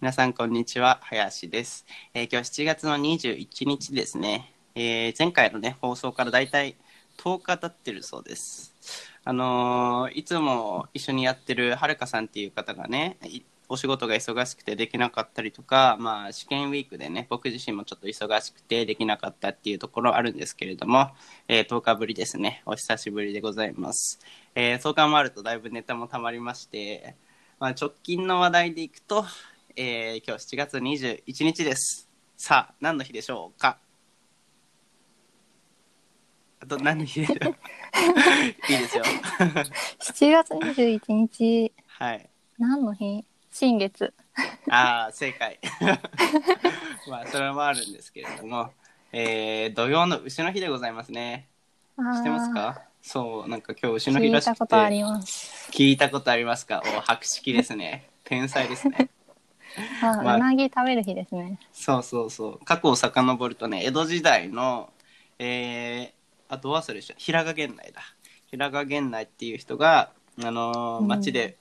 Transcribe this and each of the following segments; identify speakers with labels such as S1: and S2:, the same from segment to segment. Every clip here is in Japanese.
S1: 皆さん、こんにちは。林です。えー今日7月の21日ですね。えー前回のね、放送からだいたい10日経ってるそうです。あのーいつも一緒にやってるはるかさんっていう方がね、いお仕事が忙しくてできなかったりとか、まあ、試験ウィークでね、僕自身もちょっと忙しくてできなかったっていうところあるんですけれども、えー10日ぶりですね。お久しぶりでございます。えー10日もあるとだいぶネタも溜まりまして、まあ、直近の話題でいくと、えー今日7月21日です。さあ、何の日でしょうかあと何の日で しょういいですよ。
S2: 7月21日
S1: はい。
S2: 何の日新月
S1: ああ、正解。 まあ、それもあるんですけれども、えー、土曜の牛の日でございますね。
S2: あ
S1: 知
S2: ー
S1: ってますかそう、なんか今日牛の日
S2: 聞
S1: ら
S2: い
S1: しく
S2: た
S1: て。
S2: ことあります
S1: 聞いたことありますかお、白色ですね。天才ですね。
S2: あ、
S1: まあ
S2: うなぎ食べる日ですね
S1: そうそうそう過去を遡るとね江戸時代のえー、あと忘れした平賀源内だ平賀源内っていう人があのー
S2: うん
S1: 町で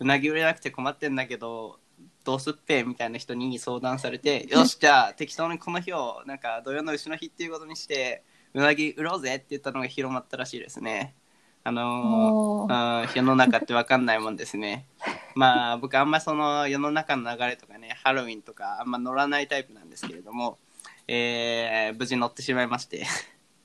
S1: うなぎ売れなくて困ってんだけどどうすっぺみたいな人に相談され てよしじゃあ適当にこの日をなんか土曜の丑の日っていうことにしてうなぎ売ろうぜって言ったのが広まったらしいですねあのー
S2: おー
S1: うん世の中って分かんないもんです ね。まあ僕あんまその世の中の流れとかねハロウィンとかあんま乗らないタイプなんですけれども、えー無事乗ってしまいまして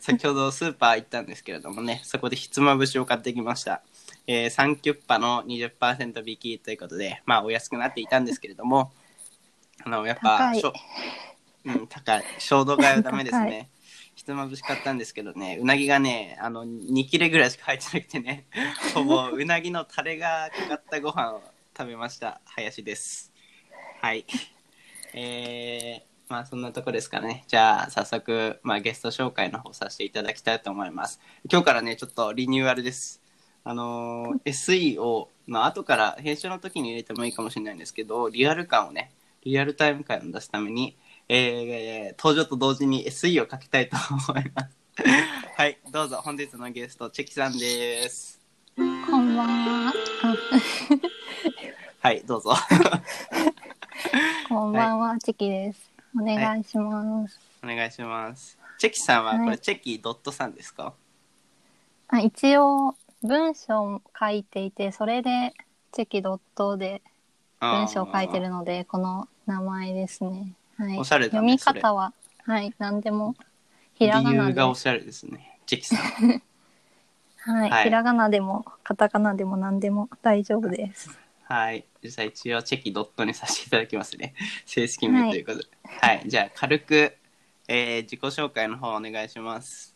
S1: 先ほどスーパー行ったんですけれどもねそこでひつまぶしを買ってきました。えー、サンキュッパの20%引きということでまあお安くなっていたんですけれどもあのやっぱ
S2: 高い
S1: しょうん、高い衝動買いはダメです
S2: 高
S1: ね。ひつまぶし買ったんですけどね、うなぎがね、あの2切れぐらいしか入ってなくてね、 ほぼうなぎのタレがかかったご飯を食べました、林です。はい。えー、まあそんなとこですかね。じゃあ早速、まあ、ゲスト紹介の方させていただきたいと思います。今日からね、ちょっとリニューアルです。あのー SE を、まあ後から編集の時に入れてもいいかもしれないんですけど、リアル感をね、リアルタイム感を出すために、えー、登場と同時に SE をかけたいと思います。はい、どうぞ本日のゲスト、チェキさんです。
S2: こんばんはあ
S1: はい、どうぞ。
S2: こんばんは、チキですお願いします、
S1: お願いします。チェキさんはこれ、
S2: はい
S1: チェキドットさんですか
S2: あ一応文章を書いていてそれでチェキドットで文章を書いてる
S1: の。
S2: のでこの名前ですねはい
S1: おしゃれだ
S2: 読
S1: ね
S2: み
S1: それ
S2: 方ははい何でもひ
S1: 理
S2: らがな
S1: 由
S2: で
S1: がおしゃれですね。チェ キさん。
S2: はい、
S1: はい
S2: ひらがなでもカタカナでも何でも大丈夫です。
S1: はい。じゃあ一応チェキドットにさせていただきますね。正式名ということで。はい、じゃあ軽く、えー自己紹介の方お願いします。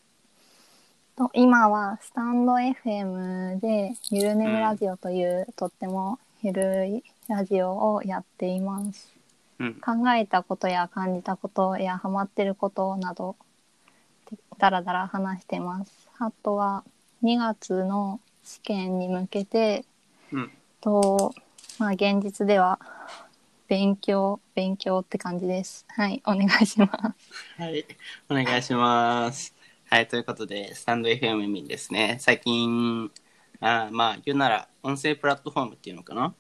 S2: と今はスタンド FM でゆるねむラジオという、とってもゆるいラジオをやっています。
S1: うん。
S2: 考えたことや感じたことやハマってることなどだらだら話してます。あとは2月の試験に向けて
S1: うん。
S2: とまあ現実では勉強勉強って感じです。はい、お願いします。
S1: はい。お願いします。はい。ということで、スタンド FM 民ですね。最近、あーまあ、言うなら、音声プラットフォームっていうのかな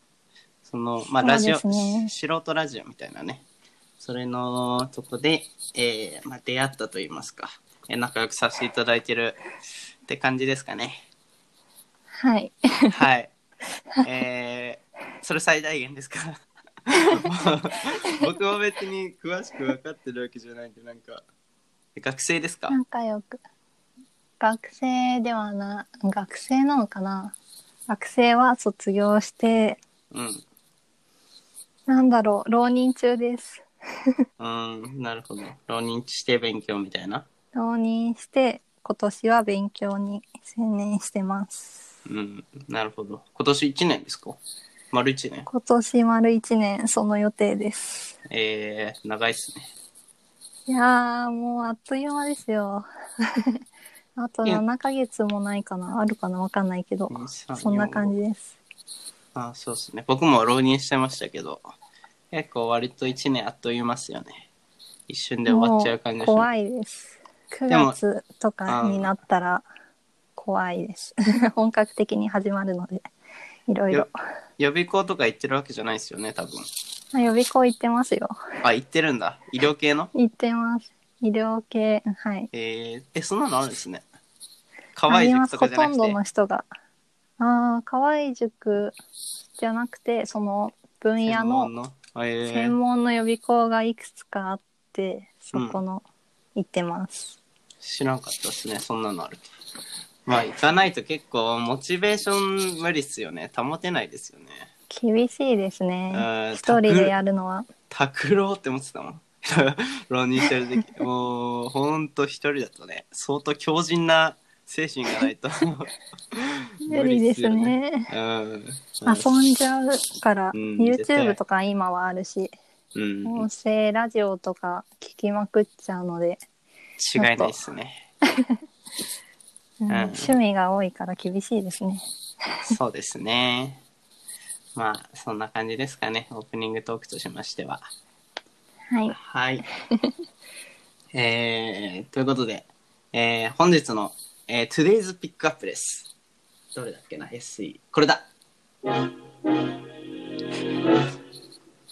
S1: その、まあ、ラジオ、
S2: そうですね
S1: し素人ラジオみたいなね。それのとこで、えーまあ、出会ったと言いますか、えー仲良くさせていただいてるって感じですかね。
S2: はい。
S1: はい。えー、それ最大限ですか 僕も別に詳しく分かってるわけじゃないんで、なんか、学生ですか
S2: 仲良く学生ではな学生なのかな学生は卒業して
S1: うん。
S2: なんだろう浪人中です
S1: うん、なるほど。浪人して勉強みたいな。
S2: 浪人して今年は勉強に専念してます
S1: うん、なるほど。今年1年ですか丸1年。
S2: 今年丸1年その予定です
S1: えー、長いっすね。
S2: いやーもうあっという間ですよあと
S1: いや
S2: 7ヶ月もないかなあるかなわかんないけど
S1: 二三
S2: そんな感じです
S1: あ、そうですね。僕も浪人してましたけど、結構割と1年あっという間っすよね。一瞬で終わっちゃう感じ
S2: も
S1: が
S2: う
S1: します
S2: 怖いです9
S1: でも
S2: 月と かになったら怖いです本格的に始まるのでいろいろ
S1: よ。予備校とか行ってるわけじゃないですよね、多分。
S2: あ予備校行ってますよ。
S1: あ、行ってるんだ。医療系の
S2: 行ってます。医療系、はい。
S1: えー、え、そんなのあるんですね。可
S2: あ
S1: 愛い
S2: りま
S1: 塾と
S2: す。
S1: か
S2: ほ
S1: じゃな
S2: と
S1: んく
S2: ど
S1: て
S2: の。人が。ああ、河合塾じゃなくて、その分野
S1: 専
S2: の
S1: 門の。えー
S2: 専門の予備校がいくつかあって、そこの行ってます。
S1: 知らんかったですね、そんなのあると。まあ、行かないと結構、モチベーション無理っすよね。保てないですよね。
S2: 厳しいです
S1: あ
S2: ね
S1: ー。
S2: 一人でやるのは。
S1: 拓郎って思ってたもん。 浪人してる 時。もう、ほんと一人だとね、相当強靭な精神がないと。
S2: 無理です
S1: 無理っ
S2: ね。
S1: すよね。うん。
S2: 遊んじゃうから、
S1: うん絶対
S2: YouTube とか今はあるし、
S1: うん。
S2: 音声ラジオとか聞きまくっちゃうので、
S1: 違いないですね。
S2: うん
S1: ん
S2: 趣味が多いから厳しいですね。
S1: そうですね。まあ、そんな感じですかね。オープニングトークとしましては。
S2: はい。
S1: はい。 えー、ということで、えー、本日の、えー、Today's Pickup です。どれだっけな ?SE。これだ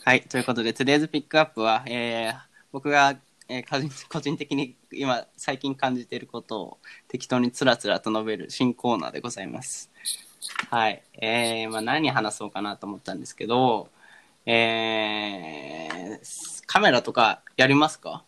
S1: はい。ということで、Today's Pickup は、えー、僕が、えー個人個人的に今、最近感じていることを適当につらつらと述べる新コーナーでございます。はい。えー、まあ何話そうかなと思ったんですけど、えー、カメラとかやりますか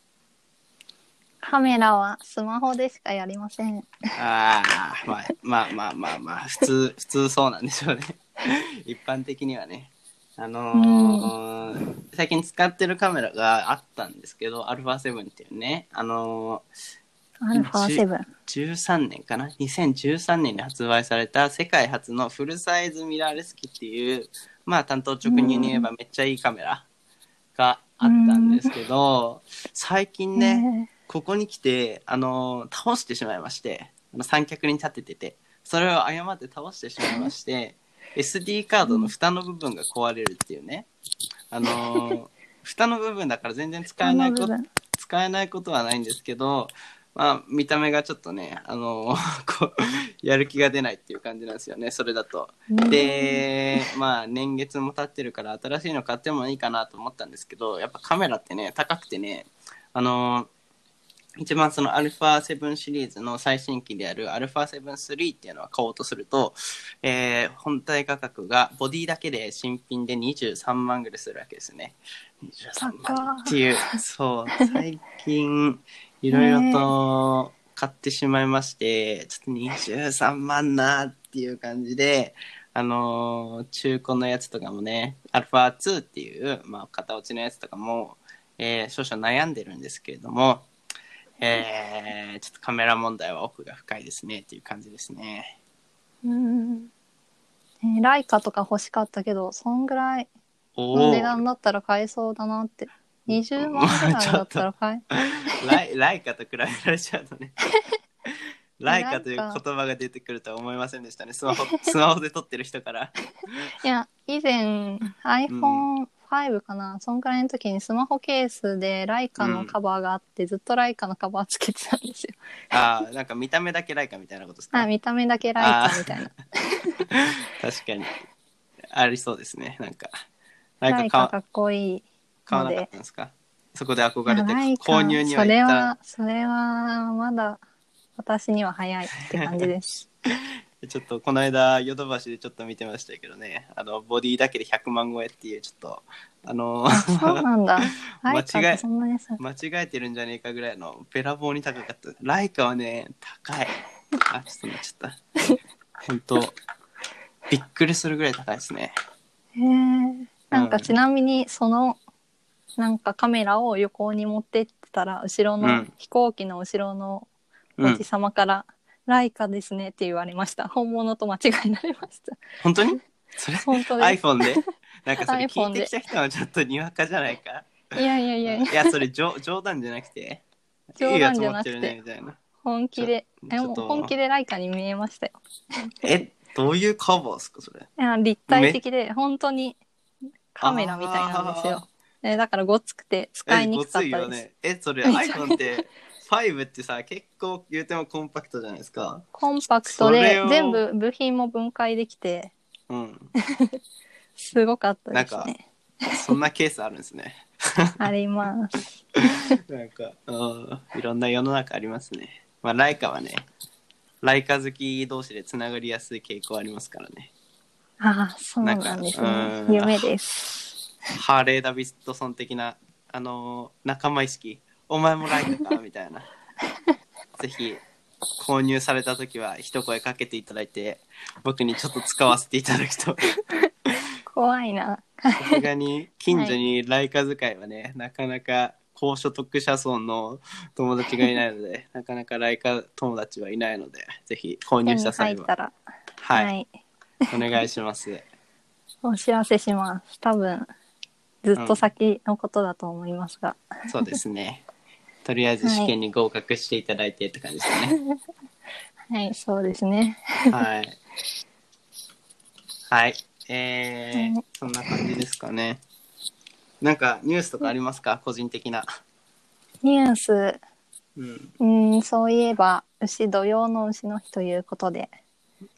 S2: カメラはスマホでしかやりません。
S1: ああ、まあ、まあまあまあまあ、普通、普通そうなんでしょうね。 一般的にはね。あのー最近使ってるカメラがあったんですけど、α7 っていうね、あの
S2: アルファセブン。
S1: ー、13年かな ?2013 年に発売された世界初のフルサイズミラーレス機っていう、まあ、単刀直入に言えばめっちゃいいカメラがあったんですけど、最近ね、
S2: ね
S1: ここに来て、あのー倒してしまいまして、あの三脚に立ててて、それを誤って倒してしまいま して、SD カードの蓋の部分が壊れるっていうね。あの ー蓋の部分だから全然使えないこ
S2: あ
S1: と
S2: の部分
S1: 使えないことはないんですけど、まあ、見た目がちょっとね、あの ーこう、やる気が出ないっていう感じなんですよね、それだと。で、まあ、年月も経ってるから、新しいの買ってもいいかなと思ったんですけど、やっぱカメラってね、高くてね、あのー一番その α7 シリーズの最新機である α7-3 っていうのは買おうとすると、えー本体価格がボディだけで新品で23万ぐらいするわけですね。23万っていう、そう、最近いろいろと買ってしまいまして、ちょっと23万なっていう感じで、あのー中古のやつとかもね、α2 っていう、まあ、型落ちのやつとかも、えー少々悩んでるんですけれども、えーちょっとカメラ問題は奥が深いですねっていう感じですね。
S2: うんえーライカとか欲しかったけど、そんぐらい
S1: お
S2: の
S1: ー
S2: 値段だったら買えそうだなって。20万ぐらいだったら買え。
S1: ライライカと比べられちゃうとね。ライカという言葉が出てくるとは思いませんでしたね。スマホスマホで撮ってる人から。
S2: いや、以前 iPhone5 かな、そんぐらいの時にスマホケースでライカのカバーがあって、ずっとライカのカバーつけてたんですよ。
S1: ああ、なんか見た目だけライカみたいなことです
S2: あ
S1: か
S2: 見た目だけライカみたいな。
S1: 確かに。ありそうですね。なんか。ラ
S2: ラ
S1: イ
S2: イ
S1: カ
S2: カ
S1: 買
S2: か
S1: わ
S2: っこいい。
S1: 買わなかったんですかそこで憧れて
S2: ライカ
S1: 購入には
S2: それ
S1: 行った
S2: は、それはまだ私には早いって感 じです。
S1: ちょっとこの間ヨドバシでちょっと見てましたけどねあのボディだけで100万超えっていうちょっとあの
S2: あそうなんだ。ラ
S1: 間違
S2: イ
S1: い
S2: カってそんなにさ、
S1: 間違えてるんじゃねえかぐらいのべらぼうに高かったライカはね高いあちょっとなっちゃ った本当びっくりするぐらい高いですね
S2: へえ。なんかちなみにその、なんかカメラを旅行に持ってってたら、後ろの、
S1: うん
S2: 飛行機の後ろの
S1: う
S2: おじ
S1: ん
S2: さまから、ライカですねって言われました。本物と間違いになりました。
S1: 本当にそれ
S2: 本当で
S1: iPhone でなんかそれ
S2: iPhone
S1: 聞いてきた人はちょっとにわかじゃないか
S2: す。いやいやい
S1: い
S2: や、
S1: やそれ冗冗談じゃなくて
S2: 冗談じゃなく
S1: いいやつ持ってるね
S2: て、
S1: みたいな
S2: 本気で、
S1: ち
S2: え
S1: ょ
S2: もう
S1: ちょっと
S2: 本気でライカに見えましたよ。
S1: えどういうカバーですかそれ
S2: いや立体的で、本当にカメラみたいなんです
S1: あー
S2: よ。えだからごつくて使いにくかった
S1: えごついよ
S2: です。
S1: ねえそれ
S2: めちゃ
S1: iPhone って5ってさ結構言うてもコンパクトじゃないですか
S2: コンパクト
S1: それ
S2: で
S1: を
S2: 全部部品も分解できて、
S1: うん。
S2: すごかったですね。
S1: そんなケースあるんですね。
S2: あります。
S1: なんか、うん、いろんな世の中ありますね。まあ、ライカはね、ライカ好き同士でつながりやすい傾向ありますからね。
S2: ああ、そうなんです
S1: な
S2: ね
S1: ん。かうん
S2: 夢です。
S1: ハーレー・ダビッドソン的な、あのー仲間意識、お前もライカかみた いな。ぜひ、購入された時は一声かけていただいて、僕にちょっと使わせていただくと、
S2: 怖いな。
S1: さすがに近所にライカ使いはね、なかなか高所得者層の友達がいないの で、なかなかライカ友達はいないので、ぜひ購
S2: 手
S1: 入し
S2: に
S1: た
S2: 入
S1: 際
S2: っ
S1: は
S2: た、ら、
S1: はい、
S2: はい、
S1: お願いします。
S2: お知らせします。多分、ずっと先のことだと思いますが。
S1: そうです ね。とりあえず試験に合格していただいてって感じですね。
S2: はい、そうですね。
S1: はい。はい。えー
S2: はい
S1: そんな感じですかね。なんかニュースとかありますか個人的な。
S2: ニュース、
S1: うん。
S2: うーん、そういえば、牛、土曜の牛の日ということで、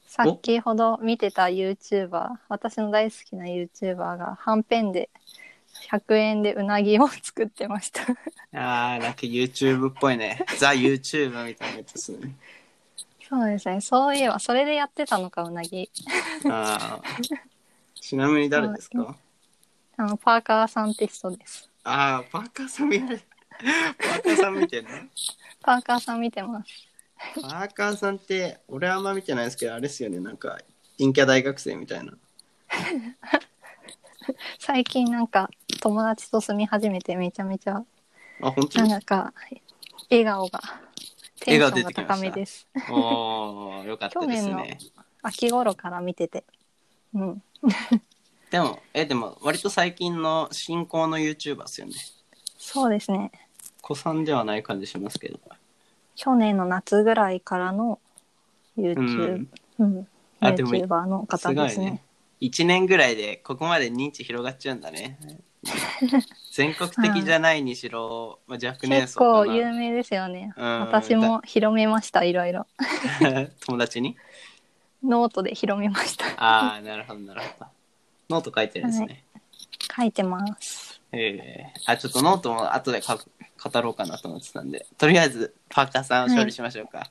S2: さっきほど見てた YouTuber、私の大好きな YouTuber が、はんぺんで、100円でうなぎを作ってま した。
S1: あー、なんか YouTube っぽいね。ザ・ YouTube みたいなやつですね。
S2: そうですね。そういえば、それでやってたのか、うなぎ。
S1: あーちなみに誰ですか
S2: あの、パーカーさんって人です。
S1: あー、パーカーさん見ない。パーカーさん見てんの
S2: パーカーさん見てます。
S1: パーカーさんって、俺あんま見てないですけど、あれですよね。なんか、陰キャ大学生みたいな。
S2: 最近なんか、友達と住み始めて、めちゃめちゃ、
S1: あ、本当に
S2: なんか、笑顔が、テンションが高めです。
S1: おー、よかったです
S2: 去
S1: ね
S2: 年。秋頃から見てて。うん。
S1: でも、え、でも、割と最近の新興の YouTuber ですよね。
S2: そうですね。
S1: 子さんではない感じしますけど。
S2: 去年の夏ぐらいからの YouTube、うん、
S1: あでも
S2: YouTuber の方
S1: すご
S2: で
S1: い
S2: すね
S1: ね。1年ぐらいでここまで認知広がっちゃうんだね。全国的じゃないにしろ、まあ、若年
S2: 結
S1: 層か
S2: 構
S1: な
S2: 有名ですよね。
S1: うん
S2: 私も広めました、いろいろ。
S1: 友達に
S2: ノートで広めました。
S1: ああ、なるほど、なるほど。ノート書いてるんですね。
S2: 書いてます。
S1: えーあ、ちょっとノートも後でか語ろうかなと思ってたんで、とりあえずパーカーさんを処理しましょうか。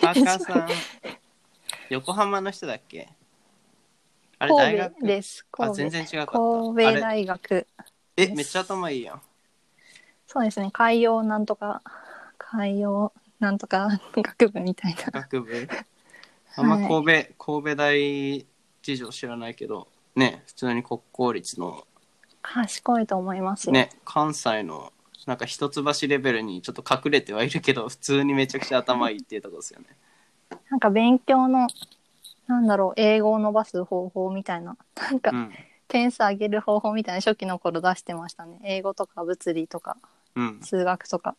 S1: パーカー さん、横浜の人だっけあれ大
S2: 神
S1: 学
S2: 戸です。
S1: あ、
S2: 神
S1: 全
S2: 戸。
S1: 然違うかった。
S2: 神
S1: あ
S2: 戸
S1: れ
S2: 大学。
S1: え、めっちゃ頭いいやん。
S2: そうですね。海洋なんとか、海洋なんとか 学部みたいな。
S1: 学 部。あんま
S2: はい
S1: 神戸、神戸大事情知らないけど、ね、普通に国公立の、
S2: 賢いと思いますよ。
S1: ね、関西の、なんか一橋レベルにちょっと隠れてはいるけど、普通にめちゃくちゃ頭いいっていうとこですよね。
S2: なんか勉強の、なんだろう、英語を伸ばす方法みたいな。なんか、
S1: うん。
S2: 点数上げる方法みたいな初期の頃出してましたね。英語とか物理とか
S1: うん。
S2: 数学とか。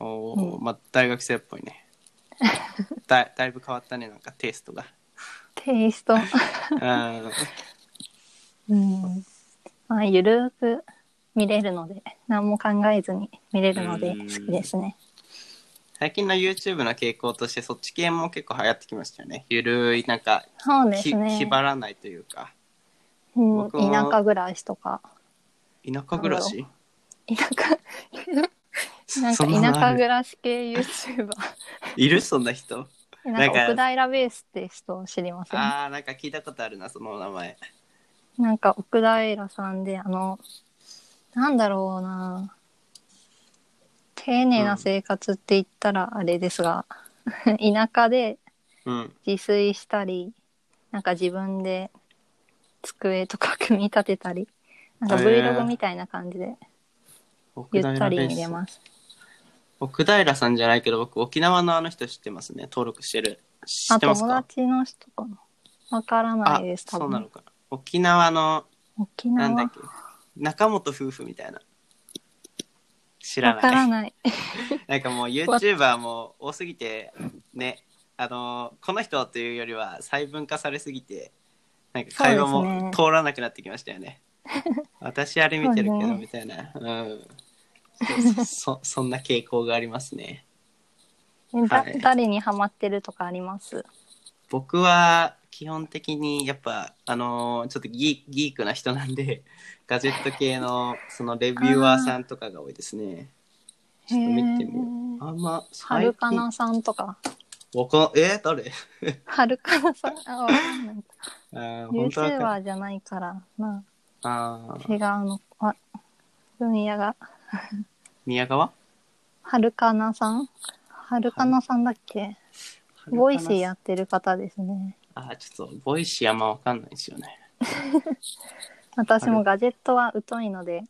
S1: おお、
S2: う
S1: まあ大学生っぽい ねだだいぶ変わったねなんかテイストが
S2: テイス ト。
S1: うん
S2: うん。まあ、ゆるーく見れるので、何も考えずに見れるので
S1: うん
S2: 好きですね。
S1: 最近の YouTube の傾向としてそっち系も結構流行ってきましたよねゆるいなんか
S2: そうで
S1: ひ
S2: すね
S1: ひ。ばらないというか
S2: うん、
S1: 僕も
S2: 田舎暮らしとか。
S1: 田舎暮らし
S2: 田舎、なんか
S1: その
S2: 田舎
S1: ある
S2: 暮らし 系 YouTuber。
S1: いるそんな人
S2: なん
S1: なんか
S2: か奥平ベースって人を知りません
S1: あーなんか聞いたことあるなその名前
S2: なんか奥平さんであのなんだろうな丁寧な生活って言ったらあれですが、 田舎で
S1: うん
S2: 自炊したりなんか自分で机とか組み立てたりなんか
S1: へー
S2: Vlog みたいな感じで
S1: 奥
S2: ゆ
S1: 平
S2: ったり
S1: ベ
S2: 見れ
S1: ース
S2: ます。
S1: 奥平さんじゃないけど僕沖縄のあの人知ってますね登録してる知
S2: あ
S1: ってます
S2: 友
S1: か
S2: 達の人かなわからないです多
S1: そうなの
S2: 分
S1: かな沖縄の
S2: 沖
S1: なんだっ
S2: 縄
S1: け中本夫婦みたいな。知ら
S2: わか
S1: ない。
S2: ら
S1: な
S2: ない。
S1: んかもう YouTuber も多すぎて、ね、あのーこの人というよりは細分化されすぎて、なんか会話
S2: そうです
S1: も
S2: ね
S1: 通らなくなってきましたよ ね。私あれ見てるけど、
S2: そうね
S1: みたいな。うん。そそ そんな傾向がありますね。
S2: えだ
S1: はい
S2: 誰にハマってるとかあります
S1: 僕は昨基本的にやっぱあのーちょっとギーギークな人なんで ガジェット系のそのレビュアーさんとかが多いですねちょっと見てみよう
S2: よ
S1: あんま
S2: は
S1: 最
S2: る
S1: 近
S2: かなさんとか。
S1: わかんえー、誰
S2: はるかなさん。あ、わか んない。
S1: あー
S2: ユー
S1: 本
S2: チ
S1: 当わか
S2: ュー
S1: んな
S2: バ
S1: い
S2: ーじゃないから、ま
S1: あ
S2: あ、
S1: ー
S2: 違うの。あ分野が。
S1: 宮川
S2: はるかなさんはるかなさんだっけボイシーやってる方ですね。
S1: あーちょっとボイシーあんまわかんないですよね
S2: 私もガジェットは疎いので、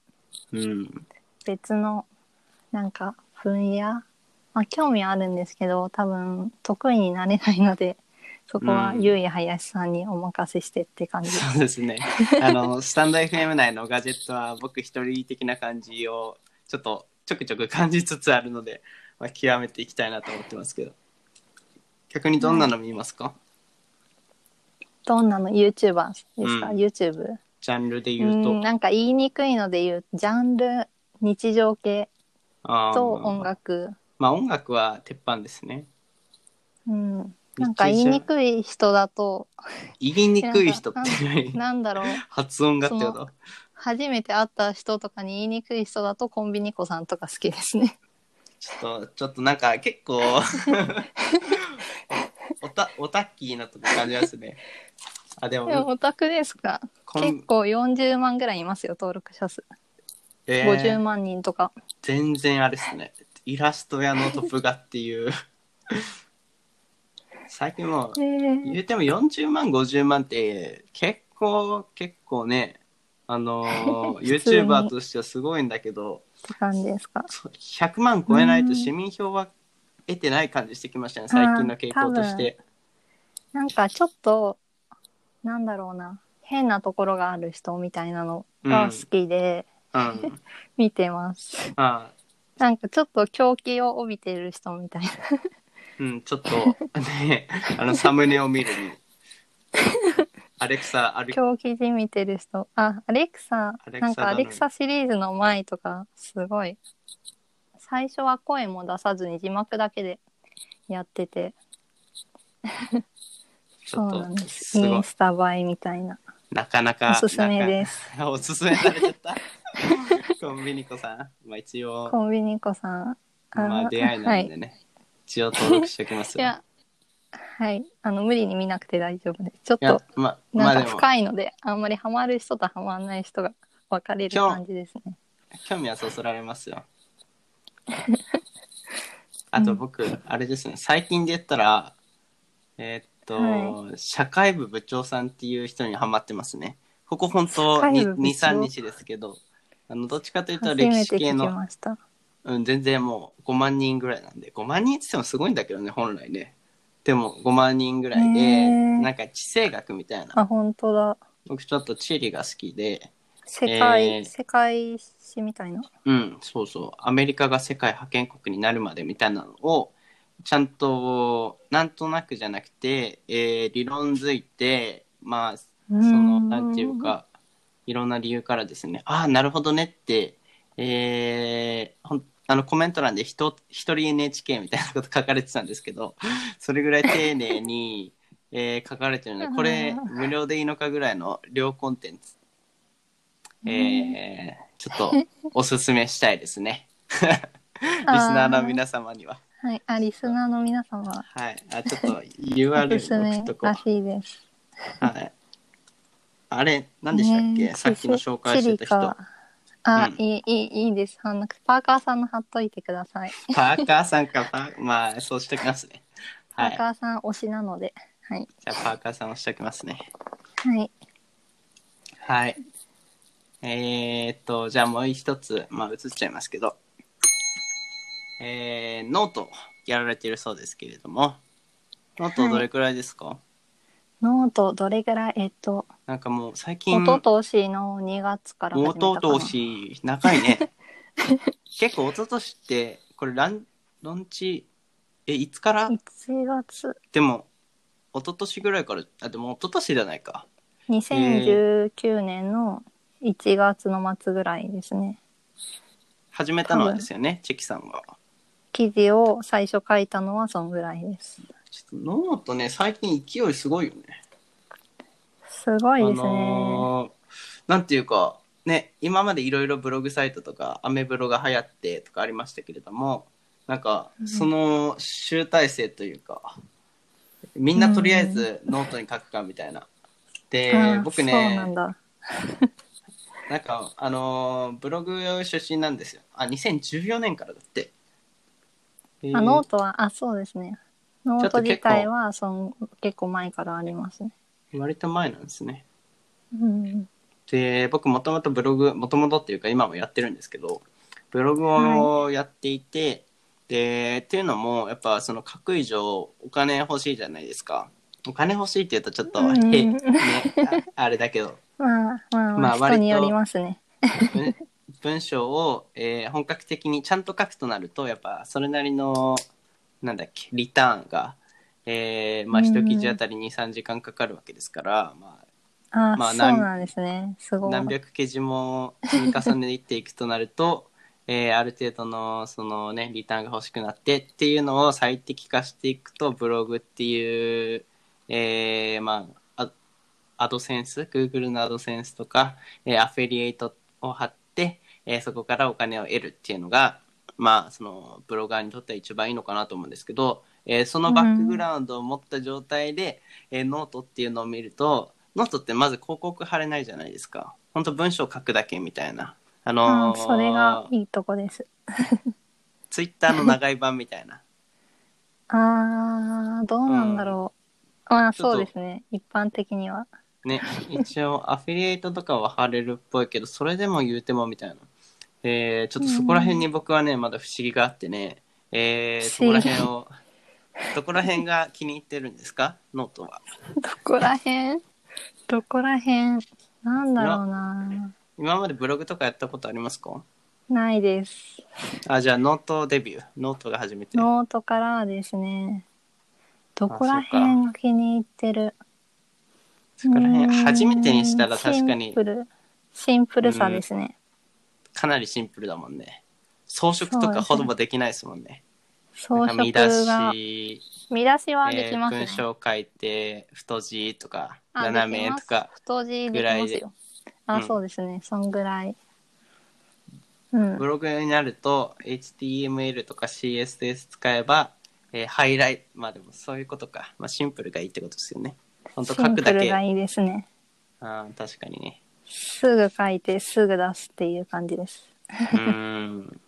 S1: うん
S2: 別の、なんか、分野まあ、興味あるんですけど、多分、得意になれないので、そこは、
S1: うん
S2: ゆうやはやしさんにお任せしてって感じ。
S1: そうですね。あの、スタンド FM 内のガジェットは僕一人的な感じをちょっとちょくちょく感じつつあるので、まあ、極めていきたいなと思ってますけど。逆にどんなの見ますか、
S2: どんなの ?YouTuber ですか、
S1: うん
S2: ?YouTube?
S1: ジャンルで
S2: う
S1: 言うと。
S2: ん、なんか言いにくいので言う、ジャンル、日常系
S1: あー
S2: と音。楽。
S1: まあ音楽は鉄板ですね。
S2: うん。なんか言いにくい人だと、
S1: 言いにくい人って何
S2: なんだろう、
S1: 発音がってこ
S2: そ
S1: と
S2: 初めて会った人とかに言いにくい人だとコンビニ子さんとか好きで すね。
S1: ちょっと、ちょっとなんか結 構、おた、おたっきーなとこ感じますね。あ、で
S2: でも
S1: も、
S2: オタクですか
S1: こん
S2: 結構40万ぐらいいますよ、登録者数。
S1: えー
S2: 50万人とか。
S1: 全然あれですねイラスト屋のトップ画っていう 最近もう
S2: えー
S1: 言っても40万50万って結構結構ねあのー
S2: 普通に
S1: YouTuber としてはすごいんだけど
S2: って感じですか
S1: そう100万超えないと
S2: うん
S1: 市民票は得てない感じしてきましたね最近の傾向として
S2: なんかちょっと、なんだろうな、変なところがある人みたいなのが好きで
S1: うん
S2: 見てます。
S1: あ
S2: なんかちょっと狂気を帯びてる人みたいな。
S1: うんちょっとねあのサムネを見る にアレクサアレ
S2: 狂気じみてる人。あ、アレクサ、
S1: アレクサだね
S2: なんかアレクサシリーズの前とか、すごい。最初は声も出さずに字幕だけでやってて、
S1: ち
S2: そ
S1: ょ
S2: う
S1: っ
S2: なん
S1: と
S2: です。
S1: す
S2: イ
S1: ごい
S2: ンスタ映えみたいな。
S1: なかなか
S2: おすすめ
S1: なか
S2: です。
S1: おすすめされちゃ った。コンビニ子さん。まあ一応、
S2: コンビニ子さん。あ
S1: まあ出会いなんでね。一応登録しておきます
S2: い
S1: よ。
S2: や、はい。あの、無理に見なくて大丈夫です。ちょっ
S1: いや
S2: と、
S1: まあ、ま
S2: な
S1: あ
S2: ん
S1: で
S2: か
S1: も、
S2: 深いので、あんまりハマる人とハマらない人が分かれる感じですね。
S1: 興味はそそられます よ。あと僕、あれですね、最近で言ったら、えーっと、
S2: は
S1: 社会部部長さんっていう人にはまってますね。ここ本当
S2: 社会
S1: 2、
S2: 部部長
S1: 3日ですけど、あのどっちかというと
S2: 初
S1: 歴
S2: め
S1: 史
S2: て聞
S1: 系
S2: き
S1: の
S2: ました。
S1: うん、全然もう5万人ぐらいなんで、5万人って言ってもすごいんだけどね、本来ね。でも5万人ぐらい
S2: へ
S1: で、
S2: ー
S1: なんか地政学みたいな。
S2: あ、本当だ。
S1: 僕ちょっと地理が好きで、
S2: 世界、
S1: えー
S2: 世界史みたいな。
S1: うん、そうそう、アメリカが世界覇権国になるまでみたいなのを、ちゃんと、なんとなくじゃなくて、えー理論づいて、まあ、その、なんていう。か、いろんな理由からですね、ああ、なるほどねって、えーほんあのコメント欄で一一人 NHK みたいなこと書かれてたんですけど、それぐらい丁寧に、えー書かれてるので、これ
S2: あー
S1: 無料でいいのかぐらいの両コンテンツ、えーちょっとおすすめしたいですね。 リスナーの皆様には。
S2: はい。あ、リスナーの皆様、
S1: はい。あ、ちょっと
S2: おす
S1: URL
S2: す
S1: 送
S2: め
S1: っとこう
S2: ら。しいです。
S1: はい。あれ、何でしたっけ、
S2: ねえ
S1: さっきの紹介してた人
S2: チリか。あ、
S1: うん
S2: いい、いい、いいです。あの、パーカーさんの貼っといてください。
S1: パーカーさんかパー、まあ、そうしておきますね。
S2: パ
S1: はい。じ
S2: ー
S1: ゃ
S2: カーさん推しなので。はい。
S1: あ、パーカーさんをしておきますね。
S2: はい。
S1: はい。えー、っと、じゃあもう一つ、まあ、映っちゃいますけど、えー、ノートやられてるそうですけれども、ノートどれくらいですか、
S2: ノート、どれぐらい、えっと、
S1: なんかもう最近、
S2: おととしの2月から始め
S1: お
S2: たかな。
S1: ととし、長いね。 結構おととしって、これラン、ロンチ、え、いつから
S2: 1月、
S1: でも、おととしぐらいから、あ、でもおととしじゃないか。
S2: 2019年の1月の末ぐらいですね。
S1: 始めたのはですよね、チェキさんが。
S2: 記事を最初書いたのはそんぐらいです。
S1: ちょっとノートね、最近勢いすごいよね。
S2: すごいですね。
S1: のーなんていうか、ね、今までいろいろブログサイトとか、アメブロが流行ってとかありましたけれども、なんか
S2: う、ん
S1: その集大成というか、みんなとりあえずノートに書くかみたいな。で
S2: あー、
S1: 僕
S2: そう
S1: ね、
S2: なんだ。
S1: なんか、あのーブログ出身なんですよ。あ、2014年からだって。えー
S2: あノートはあそうですね。ノー
S1: ちょ
S2: ト
S1: っと結構
S2: 自体はその結構前からありますね。
S1: 割と前なんですね。
S2: うん。
S1: で、僕もともとブログ、もともとっていうか今もやってるんですけど、ブログをやっていて、で、っていうのも、やっぱその書く以上お金欲しいじゃないですか。お金欲しいって言うとちょっと、
S2: うん
S1: へね、ああれだけど、
S2: まあまあ、
S1: まあ割と
S2: 人によりますね。
S1: 文文章を、えー本格的にちゃんと書くとなるとやっぱそれなりのなんだっけリターンが、えーまあ、
S2: うん
S1: 1記事あたり23時間かかるわけですから、ま
S2: あ、
S1: まあ
S2: そう
S1: 何
S2: なんですね。す
S1: あ、
S2: ごい。
S1: 何百記事も積み重ねていっていくとなると、 えーある程度のその、ね、リターンが欲しくなってっていうのを最適化していくとブログっていう、えーまあ、あアドセンス Google のアドセンスとか、えーアフィリエイトを貼って、えーそこからお金を得るっていうのが、まあ、そのブロガーにとっては一番いいのかなと思うんですけど、えーそのバックグラウンドを持った状態で、えーノートっていうのを見るとノートってまず広告貼れないじゃないですか本当文章を書くだけみたいな。あ
S2: う
S1: の
S2: ん、それがいいとこです。
S1: ツイッターの長い版みたいな
S2: ああ、どうなんだろう。まあ
S1: ちょっと
S2: そうですね。一般的には。
S1: ね一応ア フィリエイトとかは貼れるっぽいけどそれでも言うてもみたいな、えーちょっとそこら辺に僕はねまだ不思議があってね、えーそこら辺をどこら辺が気に入ってるんですかノートは
S2: どこら辺どこら辺なんだろうな。
S1: 今までブログとかやったことありますか
S2: ないです。
S1: あじゃあノートデビューノートが初めて
S2: ノートからですね。どこら
S1: あ
S2: 辺が気に入ってる
S1: そこら辺
S2: うーん
S1: 初めてにしたら確か
S2: シン
S1: に
S2: プルシンプルさですね。
S1: かなりシンプルだもんね装飾と
S2: そうで
S1: か
S2: すね
S1: ほぼできないですもんね
S2: 装
S1: なんか見
S2: 飾
S1: 出
S2: が
S1: し
S2: 見出しはで
S1: え
S2: き
S1: ー
S2: ますね
S1: 文。章書いて太字とか
S2: あ
S1: 斜めとか。
S2: できます太字できますよ。あ、
S1: うん
S2: そうですね。そんぐらい。うん
S1: ブ。ログになると HTML とか CSS 使えば、えーハイライトまあでもそういうことか、まあ、シンプルがいいってことですよね本当
S2: シ
S1: 書く
S2: ンプ
S1: だ
S2: ル
S1: け
S2: がいいですね。
S1: あー確かにね
S2: すぐ書いてすぐ出すっていう感じです。
S1: うーん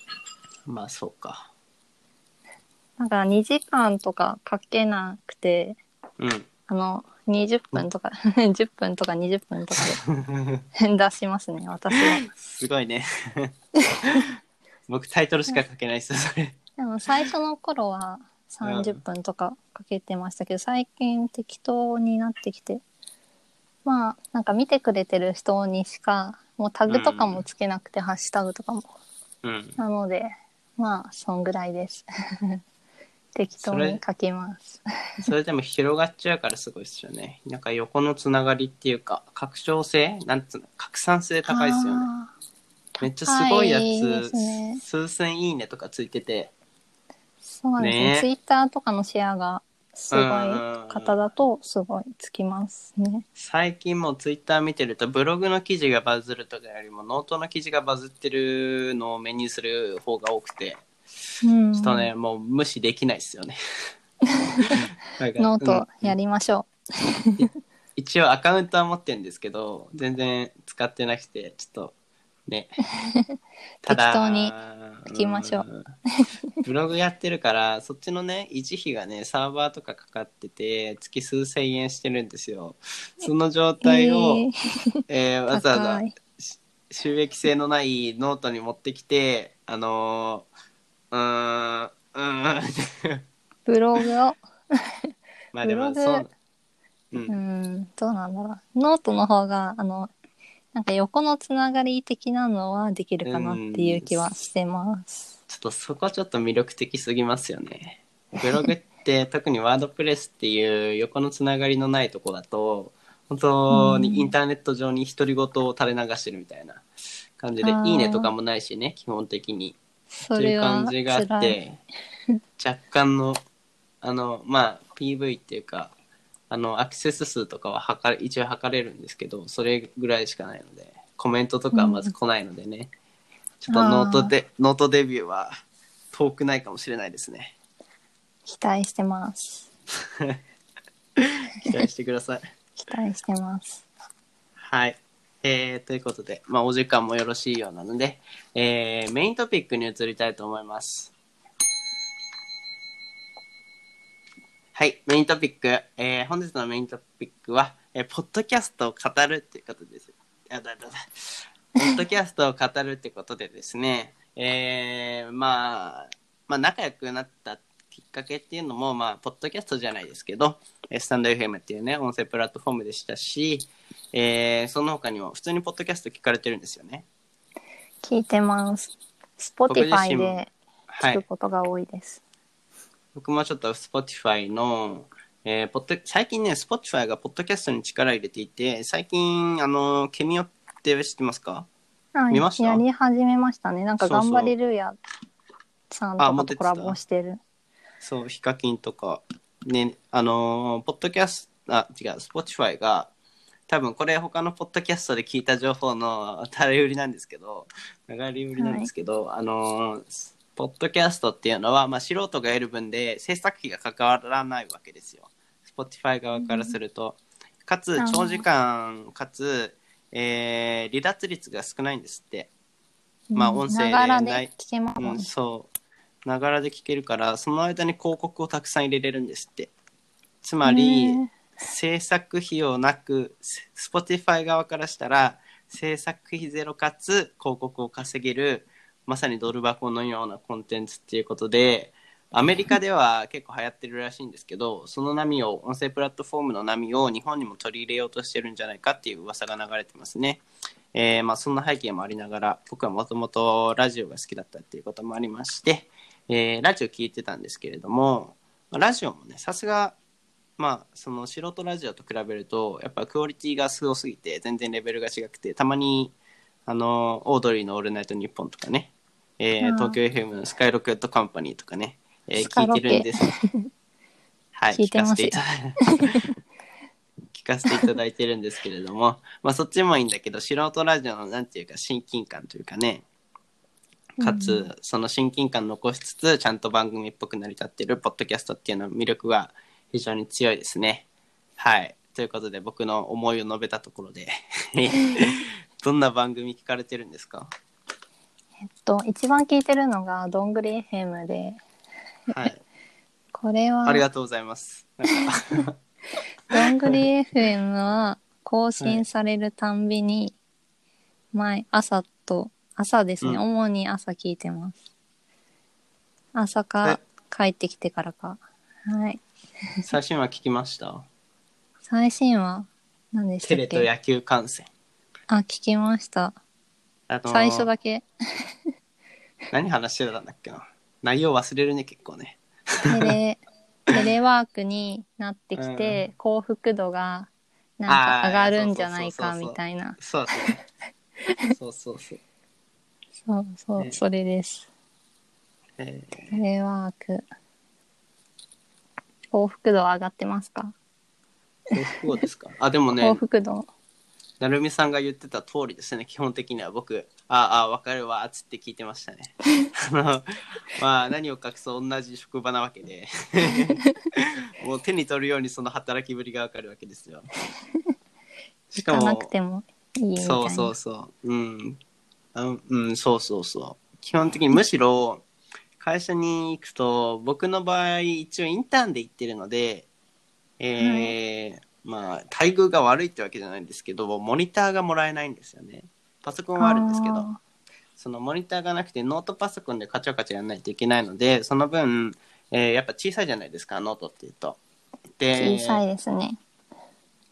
S1: まあそうか
S2: なんか2時間とか書けなくて、
S1: うん
S2: あの、20分とか、10分 とか20 分とかで出しますね、私は。
S1: すごいね 僕タイトルしか書けないですよそれ
S2: でも最初の頃は30分とかかけてましたけど、最近適当になってきてまあなんか見てくれてる人にしかもうタグとかもつけなくて、ハッシュタグとかも
S1: うん
S2: なのでまあそんぐらいです 適当に書きます
S1: それでも広がっちゃうからすごいですよねなんか横のつながりっていうか拡張性なんつうの拡散性高いですよね
S2: あー
S1: めっちゃすごいや
S2: 高いで
S1: つ、
S2: すね
S1: 数千いいねとかついてて
S2: そうですね
S1: ね
S2: ツイッターとかのシェアがすごい方だとすごいつきますね
S1: 最近もうツイッター見てるとブログの記事がバズるとかよりもノートの記事がバズってるのを目にする方が多くて
S2: うん
S1: ちょっとね、もう無視できないです よねなんか
S2: ノー
S1: うん
S2: トやりましょ
S1: 一応アカウントは持ってるんですけど全然使ってなくてちょっと ね
S2: 適当に書きましょ
S1: うんブログやってるからそっちのね維持費がねサーバーとかかかってて月数千円してるんですよその状
S2: う、
S1: 態を、
S2: えー
S1: えーわざわざ
S2: 高い
S1: 収益性のないノートに持ってきてあのー、うーん うーん
S2: ブログを、
S1: まあでも
S2: ブロ
S1: そ
S2: グ
S1: う、う、
S2: うんん、どうなんだろう。ノートの方が、あの、なんか横のつながり的なのはできるかなっていう気はしてます。
S1: ちょっとそこちょっと魅力的すぎますよね。ブログって特にワードプレスっていう横のつながりのないとこだと本当
S2: うん
S1: にインターネット上に独り言を垂れ流してるみたいな感じで
S2: あ
S1: 「
S2: ー
S1: いいね」とかもないしね基本的に
S2: そ
S1: とい
S2: れ
S1: う
S2: は
S1: 感じがあっ
S2: 辛い。
S1: て若干のあのまあ PV っていうかあのアクセス数とかは測れ一応測れるんですけどそれぐらいしかないのでコメントとかはまず来ないのでね、ちょっとノートでノートデビューは遠くないかもしれないですね
S2: 期待してます
S1: 期待してください
S2: 期待してます
S1: はい。えーということで、まあ、お時間もよろしいようなので、えーメイントピックに移りたいと思います。はい、メイントピック。えー本日のメイントピックは、えーポッドキャストを語るということです。やだやだやだ。ポッドキャストを語るってことでですね、 えーまあ、まあ、仲良くなったきっかけっていうのも、まあ、ポッドキャストじゃないですけど、えースタンド FM っていうね、音声プラットフォームでしたし、えーその他にも普通にポッドキャスト聞かれてるんですよね。
S2: 聞いてます
S1: 僕自身
S2: Spotify
S1: も
S2: で
S1: は
S2: 聞く
S1: い。
S2: ことが多いです、
S1: 僕もちょっと Spotify の、えーポッド最近ね、Spotify がポッドキャストに力入れていて、最近、あの、ケミオって知ってますか
S2: はい
S1: 見ました
S2: やり始めましたねなんか
S1: そうそう
S2: 頑張れるやさん
S1: あ
S2: と
S1: 持
S2: か
S1: って
S2: と
S1: た
S2: コラボしてる
S1: そう、ヒカキンとか、ね、あのーポッドキャスト、あ、違う、Spotify が、多分これ他のポッドキャストで聞いた情報の 垂れ売りなんですけど、流れ売りなんですけど、あのーポッドキャストっていうのは、まあ、素人が得る分で制作費が関わらないわけですよ。Spotify 側からすると。かつ
S2: あー、
S1: 長時間、かつ、えー離脱率が少ないんですって。まあ
S2: うん
S1: 音声で
S2: ながら
S1: な
S2: で
S1: い
S2: 聞けますも
S1: うんん、
S2: ね
S1: そう。ながらで聞けるから、その間に広告をたくさん入れれるんですって。つまり、
S2: ね
S1: 制作費用なく、ス Spotify 側からしたら、制作費ゼロかつ広告を稼げる、まさにドル箱のようなコンテンツっていうことで、アメリカでは結構流行ってるらしいんですけど、その波を、音声プラットフォームの波を日本にも取り入れようとしてるんじゃないかっていう噂が流れてますね。えーまあ、そんな背景もありながら僕はもともとラジオが好きだったっていうこともありまして、えーラジオ聞いてたんですけれどもまあラジオもねさすがまあその素人ラジオと比べるとやっぱクオリティがすごすぎて全然レベルが違くてたまにあのオードリーの「オールナイトニッポン」とかね、えー
S2: うん
S1: 東京 FM の「スカイロケットカンパニー」とかね、えー
S2: スカロ
S1: 聞い
S2: ケ
S1: てるん ですはい
S2: 聞いてますよ
S1: 聞かせていただ聞かせていただいてるんですけれどもまあそっちもいいんだけど素人ラジオのなんていうか親近感というかねか
S2: う
S1: つその親近感残しつつちゃんと番組っぽく成り立ってるポッドキャストっていうのは魅力が非常に強いですね。はい。ということで僕の思いを述べたところで どんな番組聞かれてるんですか
S2: えっと一番聞いてるのがどんぐり FM で
S1: はい。
S2: これは
S1: ありがとうございます。なんか
S2: どんぐり FM は更新されるたんびに、前、朝と、朝ですね、
S1: うん
S2: 主に朝聞いてます。朝か帰ってきてからか。はい。
S1: 最新話聞きました
S2: 最新は何でした
S1: テ
S2: っ
S1: レと
S2: け
S1: 野球観戦。
S2: あ、聞きました。
S1: あのー
S2: 最初だけ。
S1: 何話してたんだっけな内容忘れるね結構ね。
S2: テレ、 テレワークになってきて、幸福度がなんか上がるんじゃない
S1: あー
S2: か
S1: そうそうそうそう
S2: みたいな。
S1: そうです ね。そうそうそう。
S2: そうそ
S1: ね
S2: う、それです。
S1: えー
S2: テレワーク。幸福度は上がってますか
S1: 幸福をですかあでも
S2: 幸
S1: ね
S2: 福度
S1: なるみさんが言ってた通りですね基本的には僕あああ分かるわっつって聞いてましたね あのまあ何を隠そう同じ職場なわけで もう手に取るようにその働きぶりが分かるわけです よし
S2: 行
S1: か
S2: かな
S1: も
S2: くてもいいみたいな。
S1: そうそうそううんあのうんそうそうそう基本的にむしろ会社に行くと僕の場合一応インターンで行ってるのでえーまあ待遇が悪いってわけじゃないんですけどモニターがもらえないんですよねパソコンはあるんですけど
S2: あ
S1: そのモニターがなくてノートパソコンでカチャカチャやらないといけないのでその分、えーやっぱ小さいじゃないですかノートっていうと。
S2: ー
S1: で
S2: 小さいですね。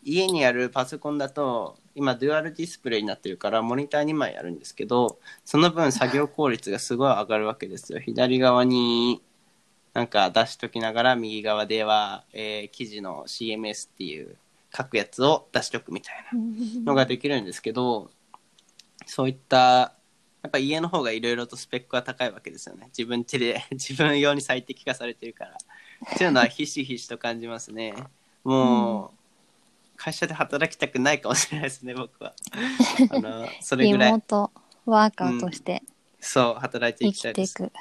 S1: 家にあるパソコンだと今デュアルディスプレイになってるからモニター2枚あるんですけどその分作業効率がすごい上がるわけですよ左側になんか出しときながら右側では、えー記事の CMS っていう書くやつを出しとくみたいなのができるんですけどそういったやっぱ家の方がいろいろとスペックが高いわけですよ ね自分手で自分用に最適化されてるからっていうのはひしひしと感じますねもう、会社で働きたくないかもしれないですね、僕は。あ の、それ
S2: リ
S1: ぐ
S2: モ
S1: ら
S2: ー
S1: い、
S2: トワーカーとして
S1: そう、働いて
S2: 生
S1: いきた
S2: き
S1: い
S2: て
S1: で
S2: い
S1: す。
S2: く。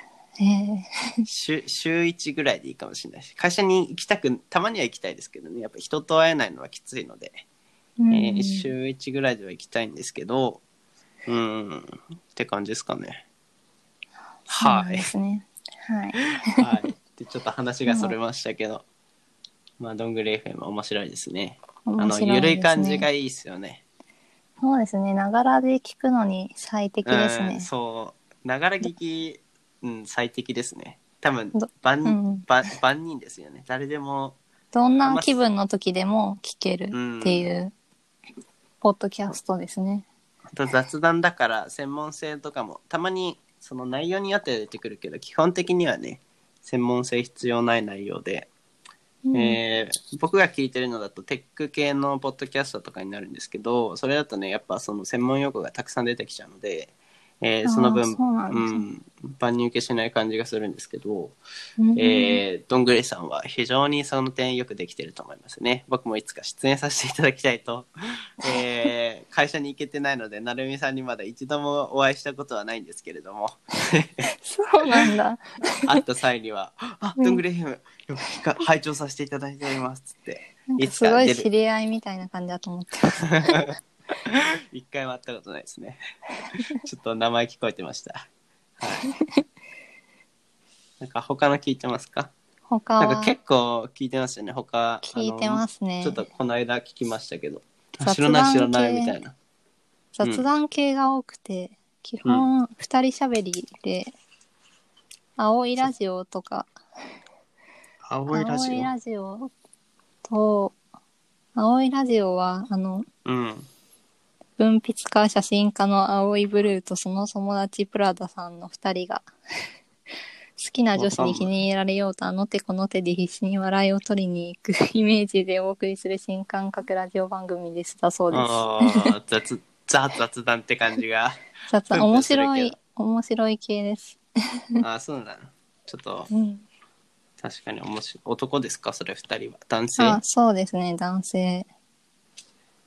S2: え
S1: 週週1ぐらいでいいかもしれないし会社に行きたくたまには行きたいですけどねやっぱ人と会えないのはきついので、
S2: ーうん
S1: えー週1ぐらいでは行きたいんですけどうんって感じですかね
S2: そうな
S1: は
S2: んで
S1: い、
S2: すね。はい。
S1: はい、でちょっと話がそれましたけど、まあどんぐり FM 面白いですね
S2: 面白
S1: あの
S2: いですね。
S1: 緩い感じがいいですよね
S2: そうですね。ながらで聞くのに最適です
S1: うん
S2: ね。
S1: そうながら聞き、うん、最適ですね多分
S2: ど
S1: 万,、
S2: うん
S1: 万万人ですよね誰でも
S2: どんな気分の時でも聞けるっていう、ポッドキャストですね。
S1: あと雑談だから専門性とかもたまにその内容によって出てくるけど基本的にはね専門性必要ない内容で、
S2: うん
S1: えー僕が聞いてるのだとテック系のポッドキャストとかになるんですけどそれだとねやっぱその専門用語がたくさん出てきちゃうので、えーその
S2: あー
S1: 分
S2: そうなんですね
S1: うん、万人受けしない感じがするんですけど、
S2: うん
S1: えーどんぐりさんは非常にその点よくできてると思いますね。僕もいつか出演させていただきたい と。えー会社に行けてないので、なるみさんにまだ一度もお会いしたことはないんですけれども、
S2: そうな んだ。
S1: 会った際に は、あ、どんぐり FM、よく聞か拝聴させていただいておりますっつって、
S2: なん
S1: い
S2: か
S1: つ
S2: す
S1: か
S2: ご
S1: 出る
S2: い知り合いみたいな感じだと思って。
S1: 一回も会ったことないです ね。ちょっと名前聞こえてました。はい。なんか他の聞いてますか
S2: 他
S1: なんか
S2: は
S1: 結構聞いてますよね、他。
S2: 聞いてますね
S1: ちょっ。とこの間聞きましたけど、あ
S2: 雑
S1: 知
S2: 談
S1: らない知らないみたいな。
S2: 雑談系が多くて、基本二人しゃべりで、青いラジオとか、
S1: 青いラジ
S2: 青い
S1: オ。
S2: ラジオと、青いラジオは、あの、
S1: うん。
S2: 文筆家写真家の青いブルーとその友達プラダさんの二人が 好きな女子に気に入られようとあの手この手で必死に笑いを取りに行くイメージでお送りする新感覚ラジオ番組ですだそうです。
S1: ああ、雑、ザ雑談って感じが。
S2: 雑談
S1: プンプ
S2: 面
S1: ンするけど
S2: 白い面白い系です。
S1: ああ、そうなの。ちょっと、
S2: うん、
S1: 確かに面白い。男ですかそれ二人は。男性
S2: あそうですね男性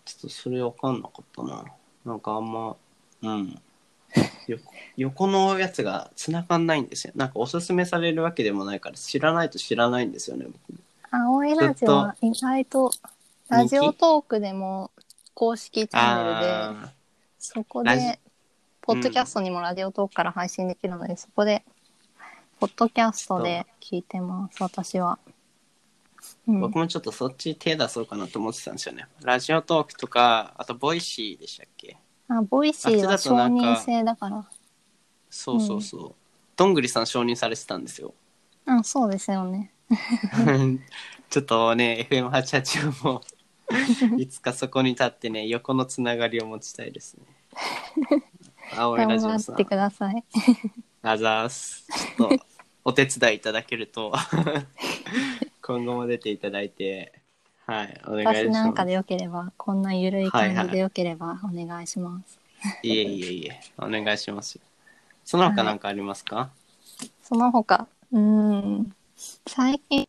S1: ちょっとそれわかんなかったな。なんかあんま、うん。よ横のやつが繋がんないんですよ。なんかおすすめされるわけでもないから、知らないと知らないんですよね。僕
S2: 青いラジオは意外とラジオトークでも公式チャンネルで。
S1: あ
S2: そこ
S1: ラジ
S2: で、ポッドキャストにもラジオトークから配信できるので、そこで、ポッドキャストで聞いてます、私は。う
S1: あ、
S2: ん
S1: 僕、もちょっとそっち手出そうかなと思ってたんですよね。ラジオトークとか、あとボイシーでしたっけ
S2: あボイシー
S1: あ
S2: は
S1: っちだ
S2: 承
S1: となんか
S2: 認制だから。
S1: そうそうそう。どんぐりさん承認されてたんです よ。
S2: うん、そうですよね。
S1: ちょっとね、FM88 もいつかそこに立ってね、横のつながりを持ちたいですね。青いラ
S2: 頑
S1: ジ
S2: 張
S1: オさ
S2: っ
S1: ん
S2: て。ください。
S1: あざーす。ちょっとお手伝いいただける と今後も出ていただいて、はい、お願い
S2: 私
S1: し
S2: なん
S1: ま
S2: か
S1: す。
S2: でよければ、こんなゆるい
S1: はい
S2: 感
S1: は
S2: じ
S1: い
S2: でよければお願いします。
S1: いえいえいえ、お願いしますよ。その他なんかありますか、
S2: その他、うん、最近、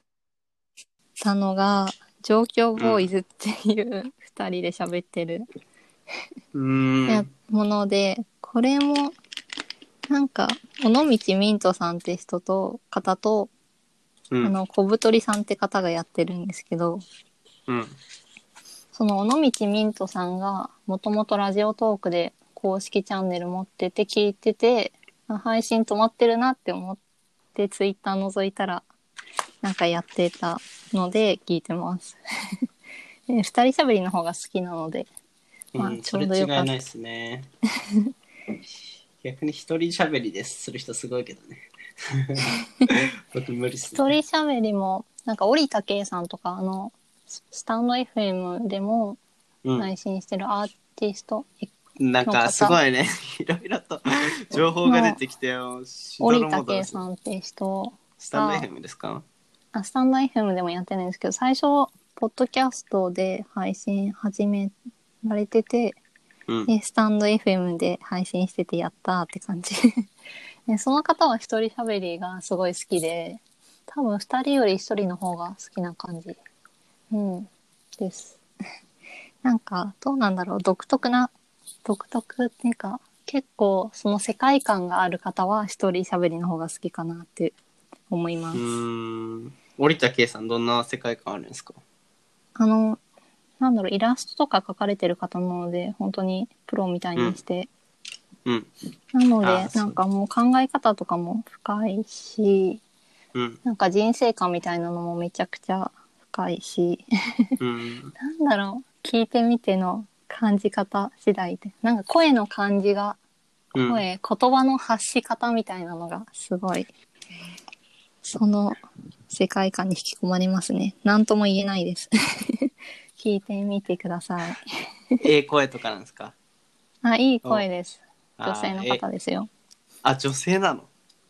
S2: たのが、上京ボーイズっていう二人で喋ってる
S1: うー
S2: や
S1: ん。
S2: もので、これもなんか尾道ミントさんって人と方と、
S1: うん
S2: あの小太りさんって方がやってるんですけど
S1: うん。
S2: その尾道ミントさんがもともとラジオトークで公式チャンネル持ってて聞いててあ配信止まってるなって思ってツイッター覗いたらなんかやってたので聞いてます。 で二人喋りの方が好きなのでまあ
S1: うん、
S2: ち
S1: そ
S2: ょ
S1: れ
S2: うど
S1: 違い
S2: よか
S1: な
S2: った
S1: いです ね。逆に一人喋りですする人すごいけど ね。僕無理っす、
S2: 一
S1: ね。
S2: 人喋りもなんか織田圭さんとかあのススタンド FM でも
S1: うん
S2: 配信してるアーティスト、
S1: なんかすごいね、 いろいろと情報が出てきてよ。
S2: 織
S1: しどろ
S2: 田
S1: もどろ
S2: 圭
S1: する
S2: さんって人
S1: スタンド FM ですか
S2: あスタンド FM でもやってないんですけど最初ポッドキャストで配信始められてて
S1: うん。
S2: でスタンド FM で配信しててやったーって感じ でその方は一人喋りがすごい好きで多分二人より一人の方が好きな感じうんです。 なんか、どうなんだろう、独特な、独特っていうか、結構その世界観がある方は一人喋りの方が好きかなって思いま
S1: う
S2: す。
S1: ーん。織田圭さん、どんな世界観あるんですか
S2: あの、なんだろう、イラストとか描かれてる方なので、本当にプロみたいにして、
S1: うん。
S2: なの
S1: あー
S2: で、
S1: そう
S2: なんかもう考え方とかも深いし、
S1: うん。
S2: なんか人生観みたいなのもめちゃくちゃ深いし、
S1: うん。
S2: なんだろう、聞いてみての感じ方次第で、なんか声の感じが、
S1: うん
S2: 声、言葉の発し方みたいなのがすごい、その世界観に引き込まれますね。なんとも言えないです。 聞いてみてください。
S1: ええ声とかなんですか
S2: あ、いい声です。
S1: あー
S2: 女性の
S1: え
S2: 方ですよ。
S1: あ、女性なの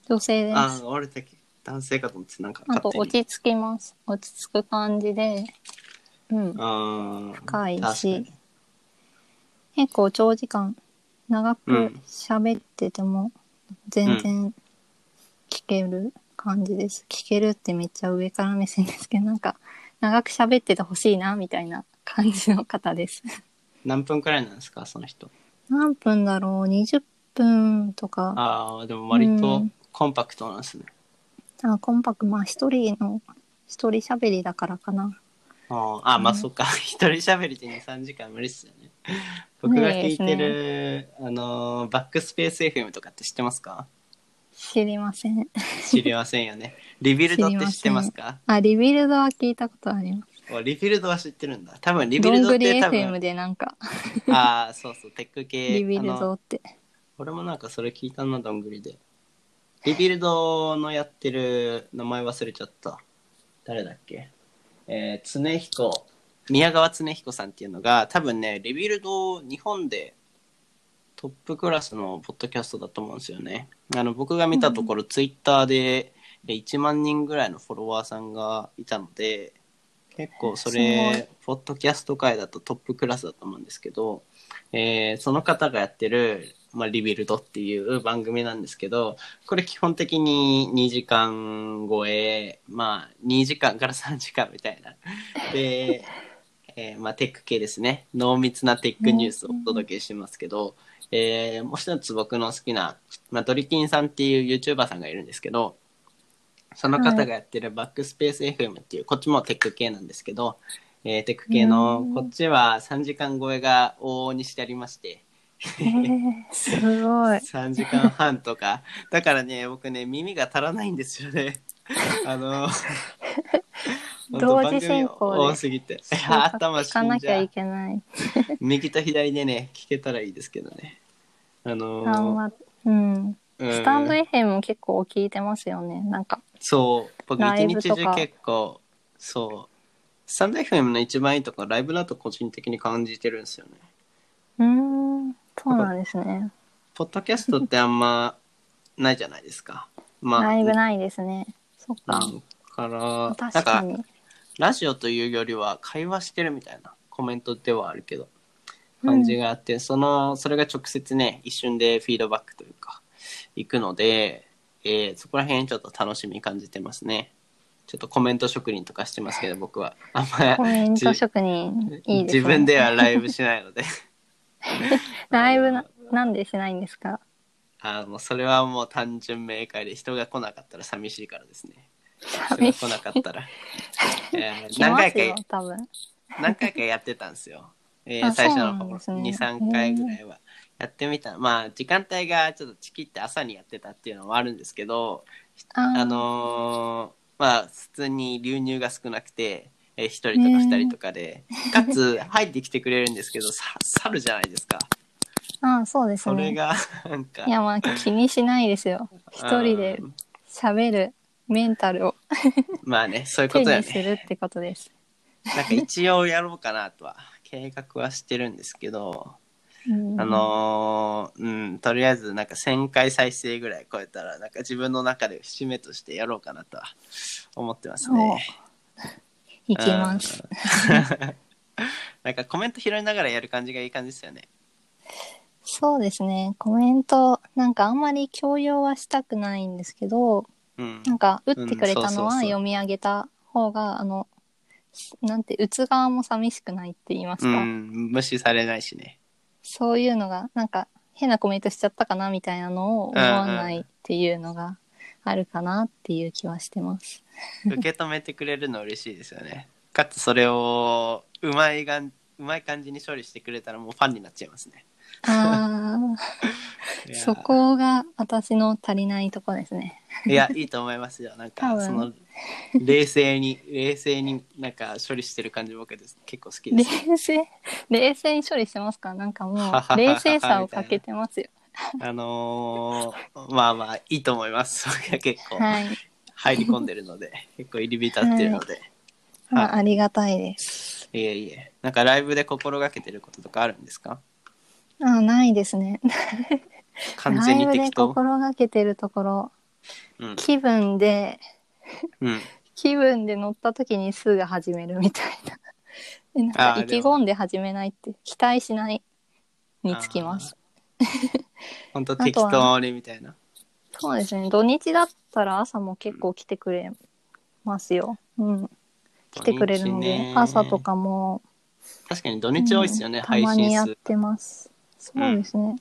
S2: 女性です。
S1: あ、俺だけ男性かと思って、なんか
S2: なん
S1: 勝
S2: か
S1: 手に。
S2: 落ち着きます。落ち着く感じで、うん。
S1: あー
S2: 深いし
S1: 確かに
S2: 結構長時間長く
S1: うん
S2: 喋ってても全然聞ける感じです、聞けるってめっちゃ上から目線ですけど なんか長く喋っててほしいなみたいな感じの方です
S1: 何分くらいなんですか、その人。
S2: 何分だろう20分とか
S1: ああ、でも割
S2: う
S1: と
S2: ん
S1: コンパクトなんですね。
S2: あコンパクトまあ一人の一人喋りだからかな
S1: あーあー、まあ
S2: うん
S1: そっか。 一人喋りで2、3時間無理っすよ ね。僕が聞いてる、あのー、バックスペース FM とかって知ってますか
S2: 知りません
S1: 知りませんよ ね。リビルドって知ってますか
S2: あリビルドは聞いたことあります
S1: おリビルドは知ってるんだ。多分リビ
S2: ど
S1: ル
S2: ん
S1: ドっ
S2: ぐり
S1: て多
S2: FM
S1: 分、
S2: でなんか
S1: ああ、そうそう、テック系。
S2: リビル
S1: あの
S2: ドって
S1: 俺もなんかそれ聞いたな、どんぐりで。リビルドのやってる名前忘れちゃった。誰だっけえー、常彦。宮川常彦さんっていうのが、多分ね、リビルド日本でトップクラスのポッドキャストだと思うんですよね。あの、僕が見たところ、ツイッターでえ1万人ぐらいのフォロワーさんがいたので、結構そ
S2: すご
S1: れ、ポッドキャスト界だとトップクラスだと思うんですけど、えーその方がやってる、まあ、リビルドっていう番組なんですけど、これ基本的に2時間超え、まあ2時間から3時間みたいな。で、えーまあテック系ですね。濃密なテックニュースをお届けしてますけど、えーもう一つ僕の好きな、まあ、ドリキンさんっていう YouTuber さんがいるんですけど、その方がやってるバックスペース FM っていう、こっちもテック系なんですけど、えーテック系の
S2: うん、
S1: こっちは3時間超えが往々にしてありまして、
S2: えー、すごい
S1: 3時間半とか。 だからね、僕ね、耳が足らないんですよね。あ の、本当
S2: 同時進行で
S1: 番組多すぎて。いや 頭
S2: 聞
S1: 死
S2: か
S1: ん
S2: な
S1: じ
S2: きゃ
S1: ゃ。
S2: いうけない。
S1: 右と左でね、聞けたらいいですけどね。あ
S2: あ
S1: の
S2: まあ、うん。
S1: うん
S2: スタンド FM も結構聞いてますよね。なんか、
S1: そう、僕
S2: ラ
S1: 一
S2: イブ
S1: 日
S2: とか
S1: 中結構、そう、スタンド FM の一番いいとこ、ライブだと個人的に感じてるんですよね。
S2: うーん、そうなんですね。
S1: ポッドキャストってあんまないじゃないです か。まあ、
S2: ライブないですね。そっ
S1: な
S2: か。
S1: んから、
S2: 確かに。
S1: ラジオというよりは会話してるみたいなコメントではあるけど
S2: うん
S1: 感じがあって、そのそれが直接ね一瞬でフィードバックというかいくので、えーそこら辺ちょっと楽しみ感じてますねちょっとコメント職人とかしてますけど僕はあん
S2: コ
S1: ま
S2: メント
S1: じ
S2: 職人、いいです
S1: 自
S2: ね。
S1: 分ではライブしないので
S2: ライブな、なんでしないんですか
S1: あのそれはもう単純明快で人が来なかったら寂しいからですね人が
S2: 寂し
S1: 来
S2: い。
S1: なかった ら、えー
S2: 来
S1: 何
S2: ま
S1: 回
S2: す
S1: か
S2: よ、多分。
S1: 何回かやってたんですよ。えー
S2: あ
S1: 最初の
S2: そうなん
S1: 頃、
S2: ですね
S1: 2、3回ぐらいはやってみた。まあ、時間帯がちょっとチキって朝にやってたっていうのもあるんですけど、
S2: あー
S1: あのーまあ、普通に流入が少なくて、えー、1人とか2人とかで、かつ入ってきてくれるんですけど、さ猿じゃないですか。
S2: あー、そうです
S1: それ
S2: ね。
S1: が、 なんか
S2: い、や、まあ、気にしないですよ。一人で
S1: うん
S2: 喋るメンタルを
S1: まあね、そういうこ
S2: 手
S1: とよ
S2: にす
S1: ね。
S2: るってことです。
S1: なんか一応やろうかなとは、 計画はしてるんですけど、
S2: うん
S1: あのーうん、とりあえずなんか1000回再生ぐらい超えたら、なんか自分の中で節目としてやろうかなとは思ってますね。
S2: いきます。
S1: うん。 なんかコメント拾いながらやる感じがいい感じですよね。
S2: そうですね。コメント、なんかあんまり強要はしたくないんですけど、
S1: うん。
S2: なんか打ってくれた
S1: うんそうそ
S2: の
S1: う
S2: は
S1: そう
S2: 読み上げた方が、あの、なんて、打つ側も寂しくないって言います
S1: う
S2: か。
S1: ん、無視されないしね。
S2: そういうのが、なんか、変なコメントしちゃったかなみたいなのを思わないっていうのがあるかなっていう気はしてます。
S1: 受け止めてくれるの嬉しいですよね。かつそれをうまいがんうまい感じに処理してくれたらもうファンになっちゃいますね。
S2: あ
S1: い
S2: あ、
S1: や
S2: そこが私の足りないとこですね。
S1: いやいいと思いますよ。なん
S2: 多
S1: か
S2: 分
S1: その冷静に冷静になんか処理してる感じ僕です結構好きです。
S2: 冷静、冷静に処理してますから、なんかも う、冷静さをかけてますよ。
S1: あのーまあまあいいと思います。それが結構
S2: はい。
S1: 入り込んでるので結構入り浸ってるので。
S2: まあ、ありがたいです。
S1: いえいえ。なんかライブで心がけてることとかあるんですか
S2: あないですね。
S1: 完
S2: ラ
S1: 全
S2: イ
S1: に
S2: ブ
S1: 適
S2: で
S1: 当。
S2: 心がけてるところ、
S1: うん。
S2: 気分で、
S1: うん。
S2: 気分で乗った時にすぐ始めるみたいな。 えなん
S1: あ
S2: か
S1: ー
S2: 意気込んで始めないって、期待しないにつきます。
S1: 本当
S2: とは
S1: 適当にみたいな。
S2: そうですね。土日だったら朝も結構来てくれますよ。うん。来てくれる
S1: 土
S2: の
S1: 日
S2: で
S1: ね、
S2: 朝と。かも、
S1: 確かに土日多いですよね、
S2: うんた
S1: 配
S2: まに
S1: 信
S2: やっ
S1: 数。
S2: てます。そうですね。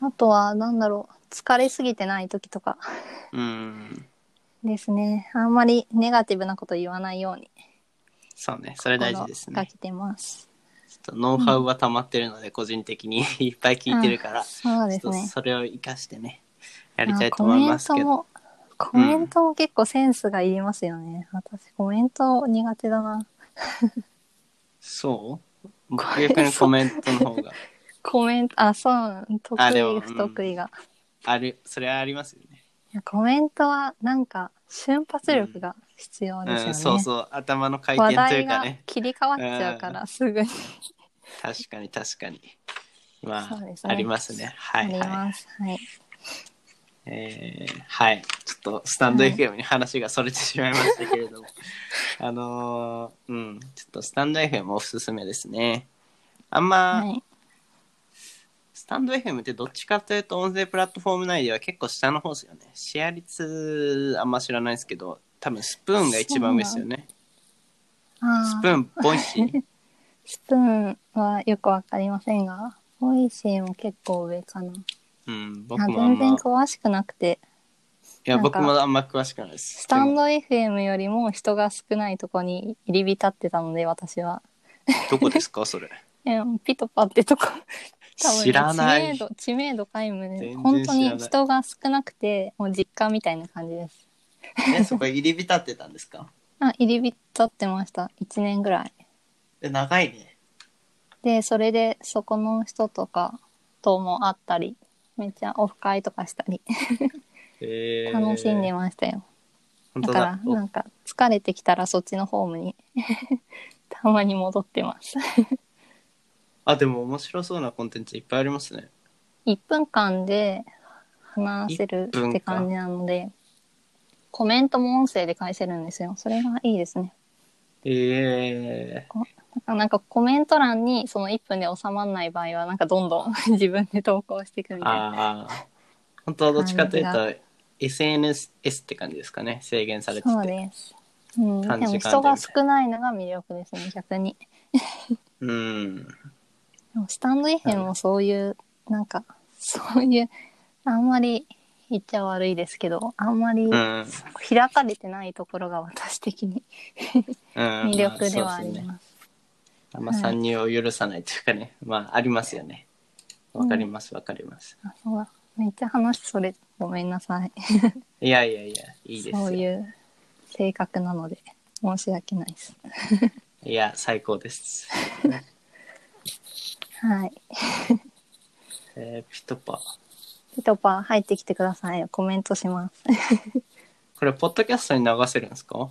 S2: あとは、なんだろう、疲れすぎてない時とか。
S1: うん。
S2: ですね。あんまりネガティブなこと言わないように
S1: そうね、それ大事です
S2: 心が
S1: ね。
S2: けてます。
S1: ちょっとノウハウは溜まってるので、個人的に いっぱい聞いてるから、
S2: そうで
S1: ち
S2: す
S1: ょっと
S2: ね。
S1: それを生かしてね、やりたいと思いますけど。
S2: あコメントも、コメントも結構センスがいりますよね。私コメント苦手だな。
S1: そう僕逆にコメントの方 が。
S2: コメント、あ、そう、得
S1: あでもうん
S2: 意、不得意が。
S1: ある、それはありますよね。
S2: いやコメントはなんか瞬発力が必要ですよね。
S1: うん、そうそう、頭の回
S2: 話
S1: 転とい
S2: 題
S1: うか
S2: が
S1: ね。
S2: 切り替わっちゃうから、すぐに
S1: 確かに確かに。まあ、
S2: そうですね
S1: ありますね。は
S2: あ
S1: い
S2: り
S1: は
S2: ます。はい。
S1: い。えーはい。ちょっとスタンド
S2: はい
S1: FM に話がそれてしまいましたけれ ども。あのーうん、ちょっとスタンド FM おすすめですね。あんま、
S2: はい。
S1: スタンド FM ってどっちかというと音声プラットフォーム内では結構下の方ですよね。シェア率あんま知らないですけど、多分スプーンが一番上ですよね。ス
S2: あ
S1: プ
S2: ー
S1: ーン、ボイシ ー。
S2: スプーンはよくわかりませんが、ボイシーも結構上かな。
S1: うん、
S2: あ
S1: 僕もあん
S2: 全然
S1: ま、い
S2: 詳しくなくて、
S1: や、
S2: なんか
S1: 僕もあんま詳しくないです。
S2: スタンド FM よりも人が少ないとこに入り浸ってたので、私は。
S1: でもどこですか、それ。
S2: えピトパってとこ、 多 分
S1: 知らない。
S2: 知名度、知名度皆無
S1: 全然
S2: で、
S1: 知らない
S2: 本当に人が少なくて、もう実家みたいな感じです。
S1: ね、そこ入り浸ってたんですか
S2: あ、入り浸ってました。1年ぐらい。
S1: え長いね。
S2: で、それで、そこの人とかとも会ったり、めっちゃオフ会とかしたり、楽しんで
S1: ま
S2: ましたよ。
S1: す。
S2: だから、なんか、疲れてきたらそっちのホームに、 たまに戻ってます。
S1: あ、でも面白そうなコンテンツいっぱいありますね。
S2: 1分間で話せるって感じなので、コメントも音声で返せるんですよ。それがいいですね。
S1: え
S2: だからなんかコメント欄にその1分で収まらない場合は、なんかどんどん 自分で投稿していくみ
S1: ー、
S2: たいな。
S1: ああ。本当はどっちかという
S2: 感
S1: と、SNS って感じですかね。制限されて
S2: そう
S1: て。
S2: です。うん、で
S1: 短時間で
S2: も人が少ないのが魅力ですね、逆に。
S1: うん。
S2: でもスタンド FM もそういう、なんか、そういう、あんまり言っちゃ悪いですけど、あんまり
S1: うん。
S2: 開かれてないところが私的に
S1: 魅
S2: 魅力ではあり
S1: ね。
S2: ます。
S1: あんま参入を許さないというかね。まあ、ありますよね。わかります、わかります。
S2: あそうめっちゃ話それごめんなさい
S1: いやいやいや、いいです
S2: そう
S1: よ。
S2: いう性格なので申し訳ないです
S1: いや、最高です。
S2: はい
S1: えー、ピトパ。
S2: ピトパ入ってきてくださいよコメントします
S1: これ、ポッドキャストに流せるんですか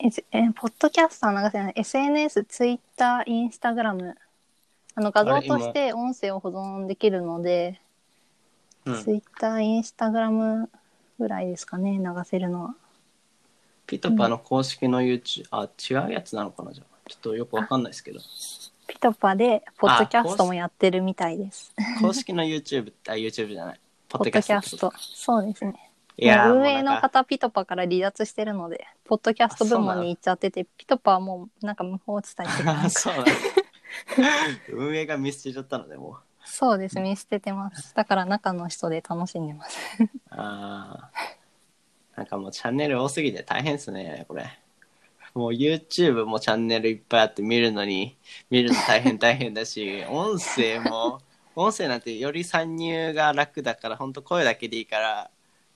S2: えじえポッドキャスター流せない SNS ツイッターインスタグラムあの画像として音声を保存できるので
S1: うん
S2: ツイッターインスタグラムぐらいですかね流せるのは
S1: ピトパの公式の YouTube、あ、違うやつなのかなじゃあ。ちょっとよくわかんないですけど。
S2: ピトパでポッドキャストもやってるみたいです
S1: 公式の YouTube、あ、YouTube じゃない。ポ
S2: ポッドキャストそうですね
S1: いやーもう
S2: 運
S1: な
S2: 営
S1: ん
S2: の
S1: か
S2: 方ピトパから離脱してるのでポッドキャスト部門に行っちゃっててピトパはもうなんか無法地帯っていうかなん
S1: あ
S2: か
S1: そうなんだ運営が見捨てちゃったのでもう
S2: そうです見捨ててますだから中の人で楽しんでます
S1: あーなんかもうチャンネル多すぎて大変ですねこれもう YouTube もチャンネルいっぱいあって見るのに見るの大変大変だ し音声も音声なんてより参入が楽だからほんと声だけでいいから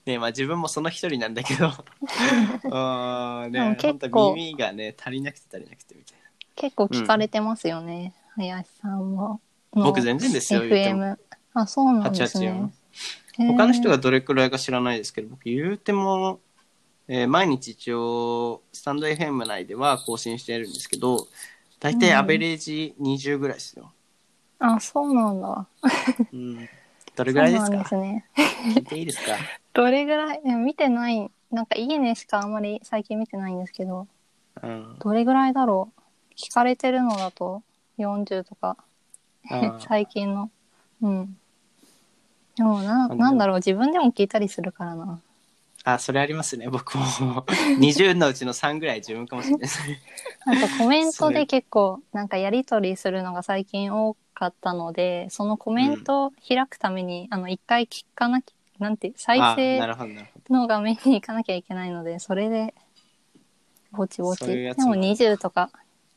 S1: ねまあ自分もその一人なんだけ どうーん
S2: でも
S1: ね
S2: 結
S1: ほんと
S2: 構
S1: 耳がね足りなくて足りなくてみたいな
S2: 結構聞かれてますよね、林さんもの
S1: 僕全然ですよ言っても
S2: FM あそうなんです
S1: 88
S2: ね
S1: よ他の人
S2: が
S1: がどれくらいか知らないですけど僕言うても、えー毎日一応スタンド FM 内では更新してるんですけど大体アベレージ20ぐらいです よ、
S2: あそうなんだ
S1: うん、どれぐらいです
S2: そう
S1: か
S2: なんですね
S1: 聞いていいですか
S2: どれぐらいえ見てないなんかいいねしかあんまり最近見てないんですけど
S1: うん
S2: どれぐらいだろう聞かれてるのだと40とか
S1: あー
S2: 最近のうんでもな
S1: あ
S2: なんだろう自分でも聞いたりするからな
S1: あそれありますね僕も 20のうちの3ぐらい自分かもしれないです ね
S2: あとコメント
S1: それ
S2: で結構なんかやり取りするのが最近多かったのでそのコメントを開くために、あの一回聞かなきゃなんて再
S1: あな
S2: 生
S1: るほどなるほど
S2: の画面に行かなきゃいけないのでそれでぼちぼち
S1: そういう
S2: で
S1: やつも
S2: も20とか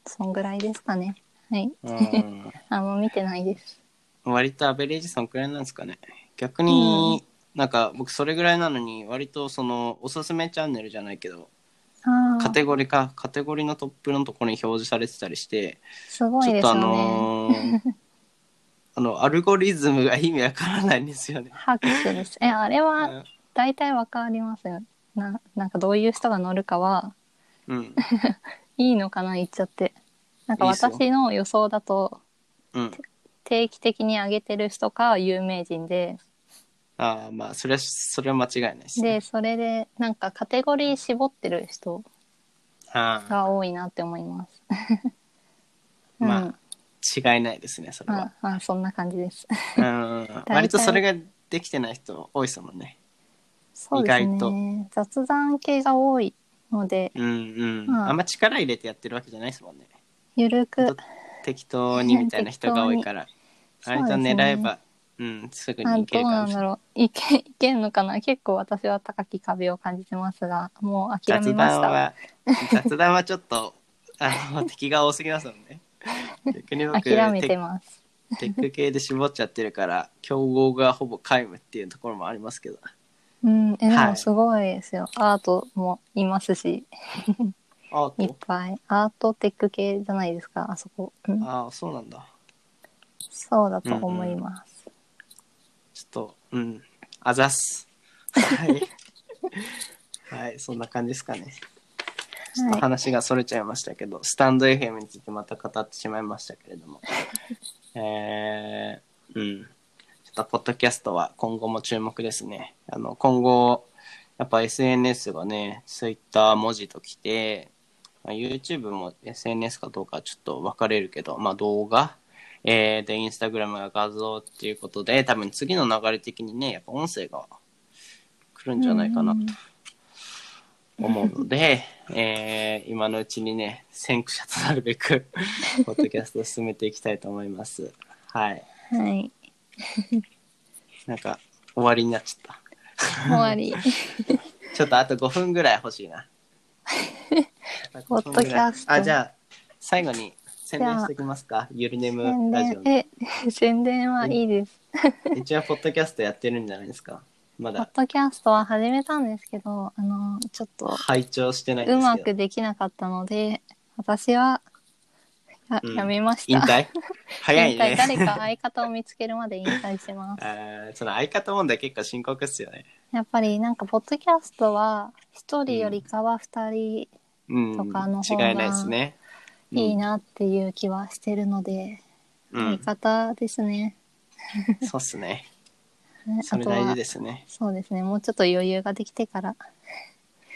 S2: そんぐらいですかねはい
S1: うん
S2: あんま見てないです
S1: 割とアベレージそんくらいなんですかね逆に、なんか僕それぐらいなのに割とそのおすすめチャンネルじゃないけど
S2: あ
S1: カ
S2: あ
S1: テゴリーかカテゴリーのトップのところに表示されてたりして、
S2: すご
S1: ち
S2: い
S1: ょっ
S2: です
S1: とあ
S2: よね
S1: のーあのアルゴリズムが意味わからないんですよね。
S2: 把握してるしえあれは大体わかりますよななんかどういう人が乗るかは
S1: うん、
S2: いいのかな言っちゃってなんか
S1: いいっすよ
S2: 私の予想だと
S1: うん、
S2: 定期的に上げてる人か有名人で
S1: ああまあそれはそれは間違いないです、ね。
S2: でそれでなんかカテゴリー絞ってる人
S1: あ
S2: が多いなって思いますう ん、
S1: まああ違いないですねそれ
S2: あ
S1: は。
S2: あそんな感じです
S1: うん、割とそれができてない人多いですもんね。
S2: そうです
S1: 意外と
S2: ね雑談系が多いので
S1: うんうん、
S2: まあ
S1: あんま力入れてやってるわけじゃないですもんね。
S2: ゆる
S1: ほん
S2: く
S1: と適当にみたいな人が多いから
S2: 適当に
S1: 割と狙えばう,、んすぐ
S2: あ
S1: にい
S2: ど
S1: け
S2: う
S1: るか
S2: な
S1: も
S2: ん
S1: しれ
S2: だ
S1: ない。
S2: ろういけいけんのかな結構私は高き壁を感じてますがもう諦め
S1: 雑
S2: まし
S1: 談
S2: た
S1: は雑談はちょっとあの敵が多すぎますもんね逆に僕
S2: 諦めて
S1: テ
S2: ます
S1: テック系で絞っちゃってるから競合がほぼ皆無っていうところもありますけど
S2: うんえで
S1: は
S2: も
S1: い
S2: すごいですよ、アートもいますし
S1: あ
S2: いっぱいアートテック系じゃないですかあそこ、うん
S1: あそうなんだ
S2: そうだと思います、
S1: ちょっとうんあざっすはい はいそんな感じですかねちょっと
S2: はい
S1: 話がそれちゃいましたけど、スタンド FM についてまた語ってしまいましたけれ どもえー、うんちょっとポッドキャストは今後も注目ですねあの今後やっぱ SNS がねそういった文字ときてまあ YouTube も SNS かどうかはちょっと分かれるけど、まあ、動画、えーで Instagram が画像っていうことで多分次の流れ的にねやっぱ音声が来るんじゃないかなと思うので、えー今のうちにね先駆者となるべくポッドキャストを進めていきたいと思いますはい
S2: はい
S1: なんか終わりになっちゃっ
S2: 終わり
S1: たちょっとあと5分ぐらい欲しいな
S2: ポッドキャスト
S1: あじゃあ最後に宣伝しておきますかゆるねむ
S2: 宣
S1: ラジオ
S2: 伝
S1: の
S2: え 宣伝はいいです
S1: 一応ポッドキャストやってるんじゃないですかま
S2: ポッ
S1: だ
S2: ドキャストは始めたんですけどあのちょっと
S1: 拝聴してないんで
S2: う
S1: す
S2: ま
S1: け
S2: く
S1: ど
S2: できなかったので私はや,、
S1: うん
S2: やめました
S1: 引 退早い
S2: 引退誰
S1: ね
S2: か相方を見つけるまで引退します
S1: あーその相方問題結構深刻っすよね
S2: やっぱりなんかポッドキャストは1人よりかは2人
S1: うん
S2: とかの
S1: 違
S2: 方
S1: い
S2: が
S1: ないですねうん
S2: いいなっていう気はしてるので、
S1: うん
S2: 相方ですね、
S1: そうっす ね。
S2: ね
S1: それ
S2: あとは
S1: 大事ですね。
S2: そうですねもうちょっと余裕ができてから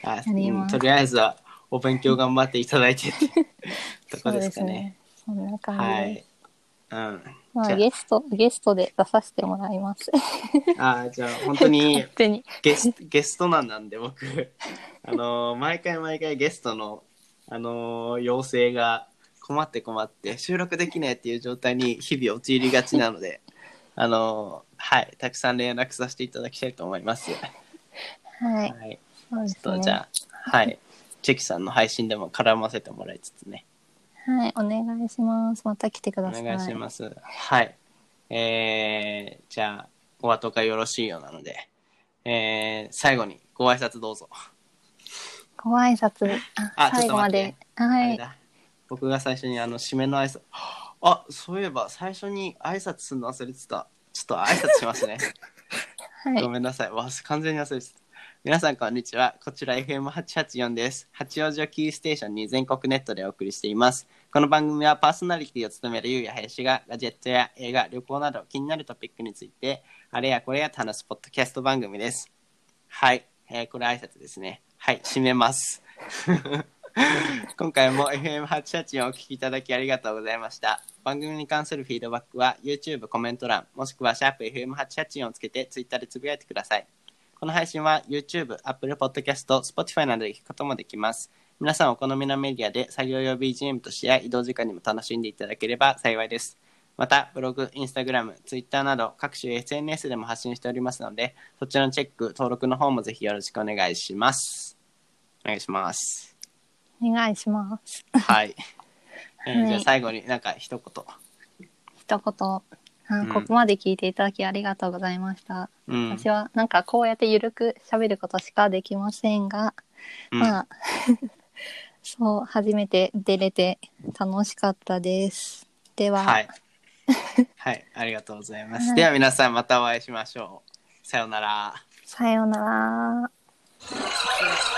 S1: あ、
S2: やり
S1: うん
S2: ます
S1: とりあえずはお勉強 頑張っていただいてってとこですかね。
S2: そうですねそんな感じ
S1: は
S2: です
S1: い。うん。
S2: ま
S1: じゃ
S2: あ、
S1: あ
S2: ゲスト、ゲストで出させてもらいます。
S1: ああ、じゃあ本当に
S2: 勝手に。
S1: ゲスゲストなんなんで僕あのー毎回毎回ゲストの、あのー要請が困って困って収録できないっていう状態に日々陥りがちなので あのーはいたくさん連絡させていただきたいと思います。
S2: はい。
S1: はい、
S2: そ
S1: ちょ
S2: うで
S1: っ
S2: す
S1: とじ
S2: ね。
S1: ゃあはいチェキさんの配信でも絡ませてもらいつつね
S2: はい。お願いします。また来てく
S1: お
S2: ださい。
S1: 願いします。はい。えー、じゃあ、ご後がよろしいようなので、えー、最後にご挨拶どうぞ。
S2: ご挨拶。
S1: あ
S2: あ、最後まで。
S1: あ
S2: は
S1: れ
S2: い。
S1: だ僕が最初にあの締めの挨拶あそういえば最初に挨拶するの忘れてたちょっと挨拶しますね、
S2: は
S1: ご
S2: い。
S1: めんなさいわ完全に忘れてた皆さんこんにちはこちら FM884 です八王子をキーステーションに全国ネットでお送りしていますこの番組はパーソナリティを務めるゆうや林がガジェットや映画旅行など気になるトピックについてあれやこれや楽しポッドキャスト番組ですはい、えーこれ挨拶ですねはい締めます 今回も FM884 をお聞きいただきありがとうございました。番組に関するフィードバックは YouTube コメント欄、もしくはシャープ f m 8 8 4をつけて Twitter でつぶやいてください。この配信は YouTube、Apple Podcast、Spotify などで聞くこともできます。皆さんお好みのメディアで作業用 BGM としてや移動時間にも楽しんでいただければ幸いです。また、ブログ、インスタグラム、ツイッターなど各種 SNS でも発信しておりますので、そちらのチェック、登録の方もぜひよろしくお願いします。お願いします。
S2: お願いします。
S1: はい。えー
S2: はい
S1: じゃあ最後になんか一言。
S2: 一言。あ
S1: うん
S2: ここまで聞いていただきありがとうございました。
S1: うん。
S2: 私はなんかこうやってゆるく喋ることしかできませんが、
S1: うん
S2: まあ そう初めて出れて楽しかったですでは、
S1: はい。はい。ありがとうございます。
S2: はい
S1: では皆さんまたお会いしましょう。さようなら。
S2: さようなら。
S1: 「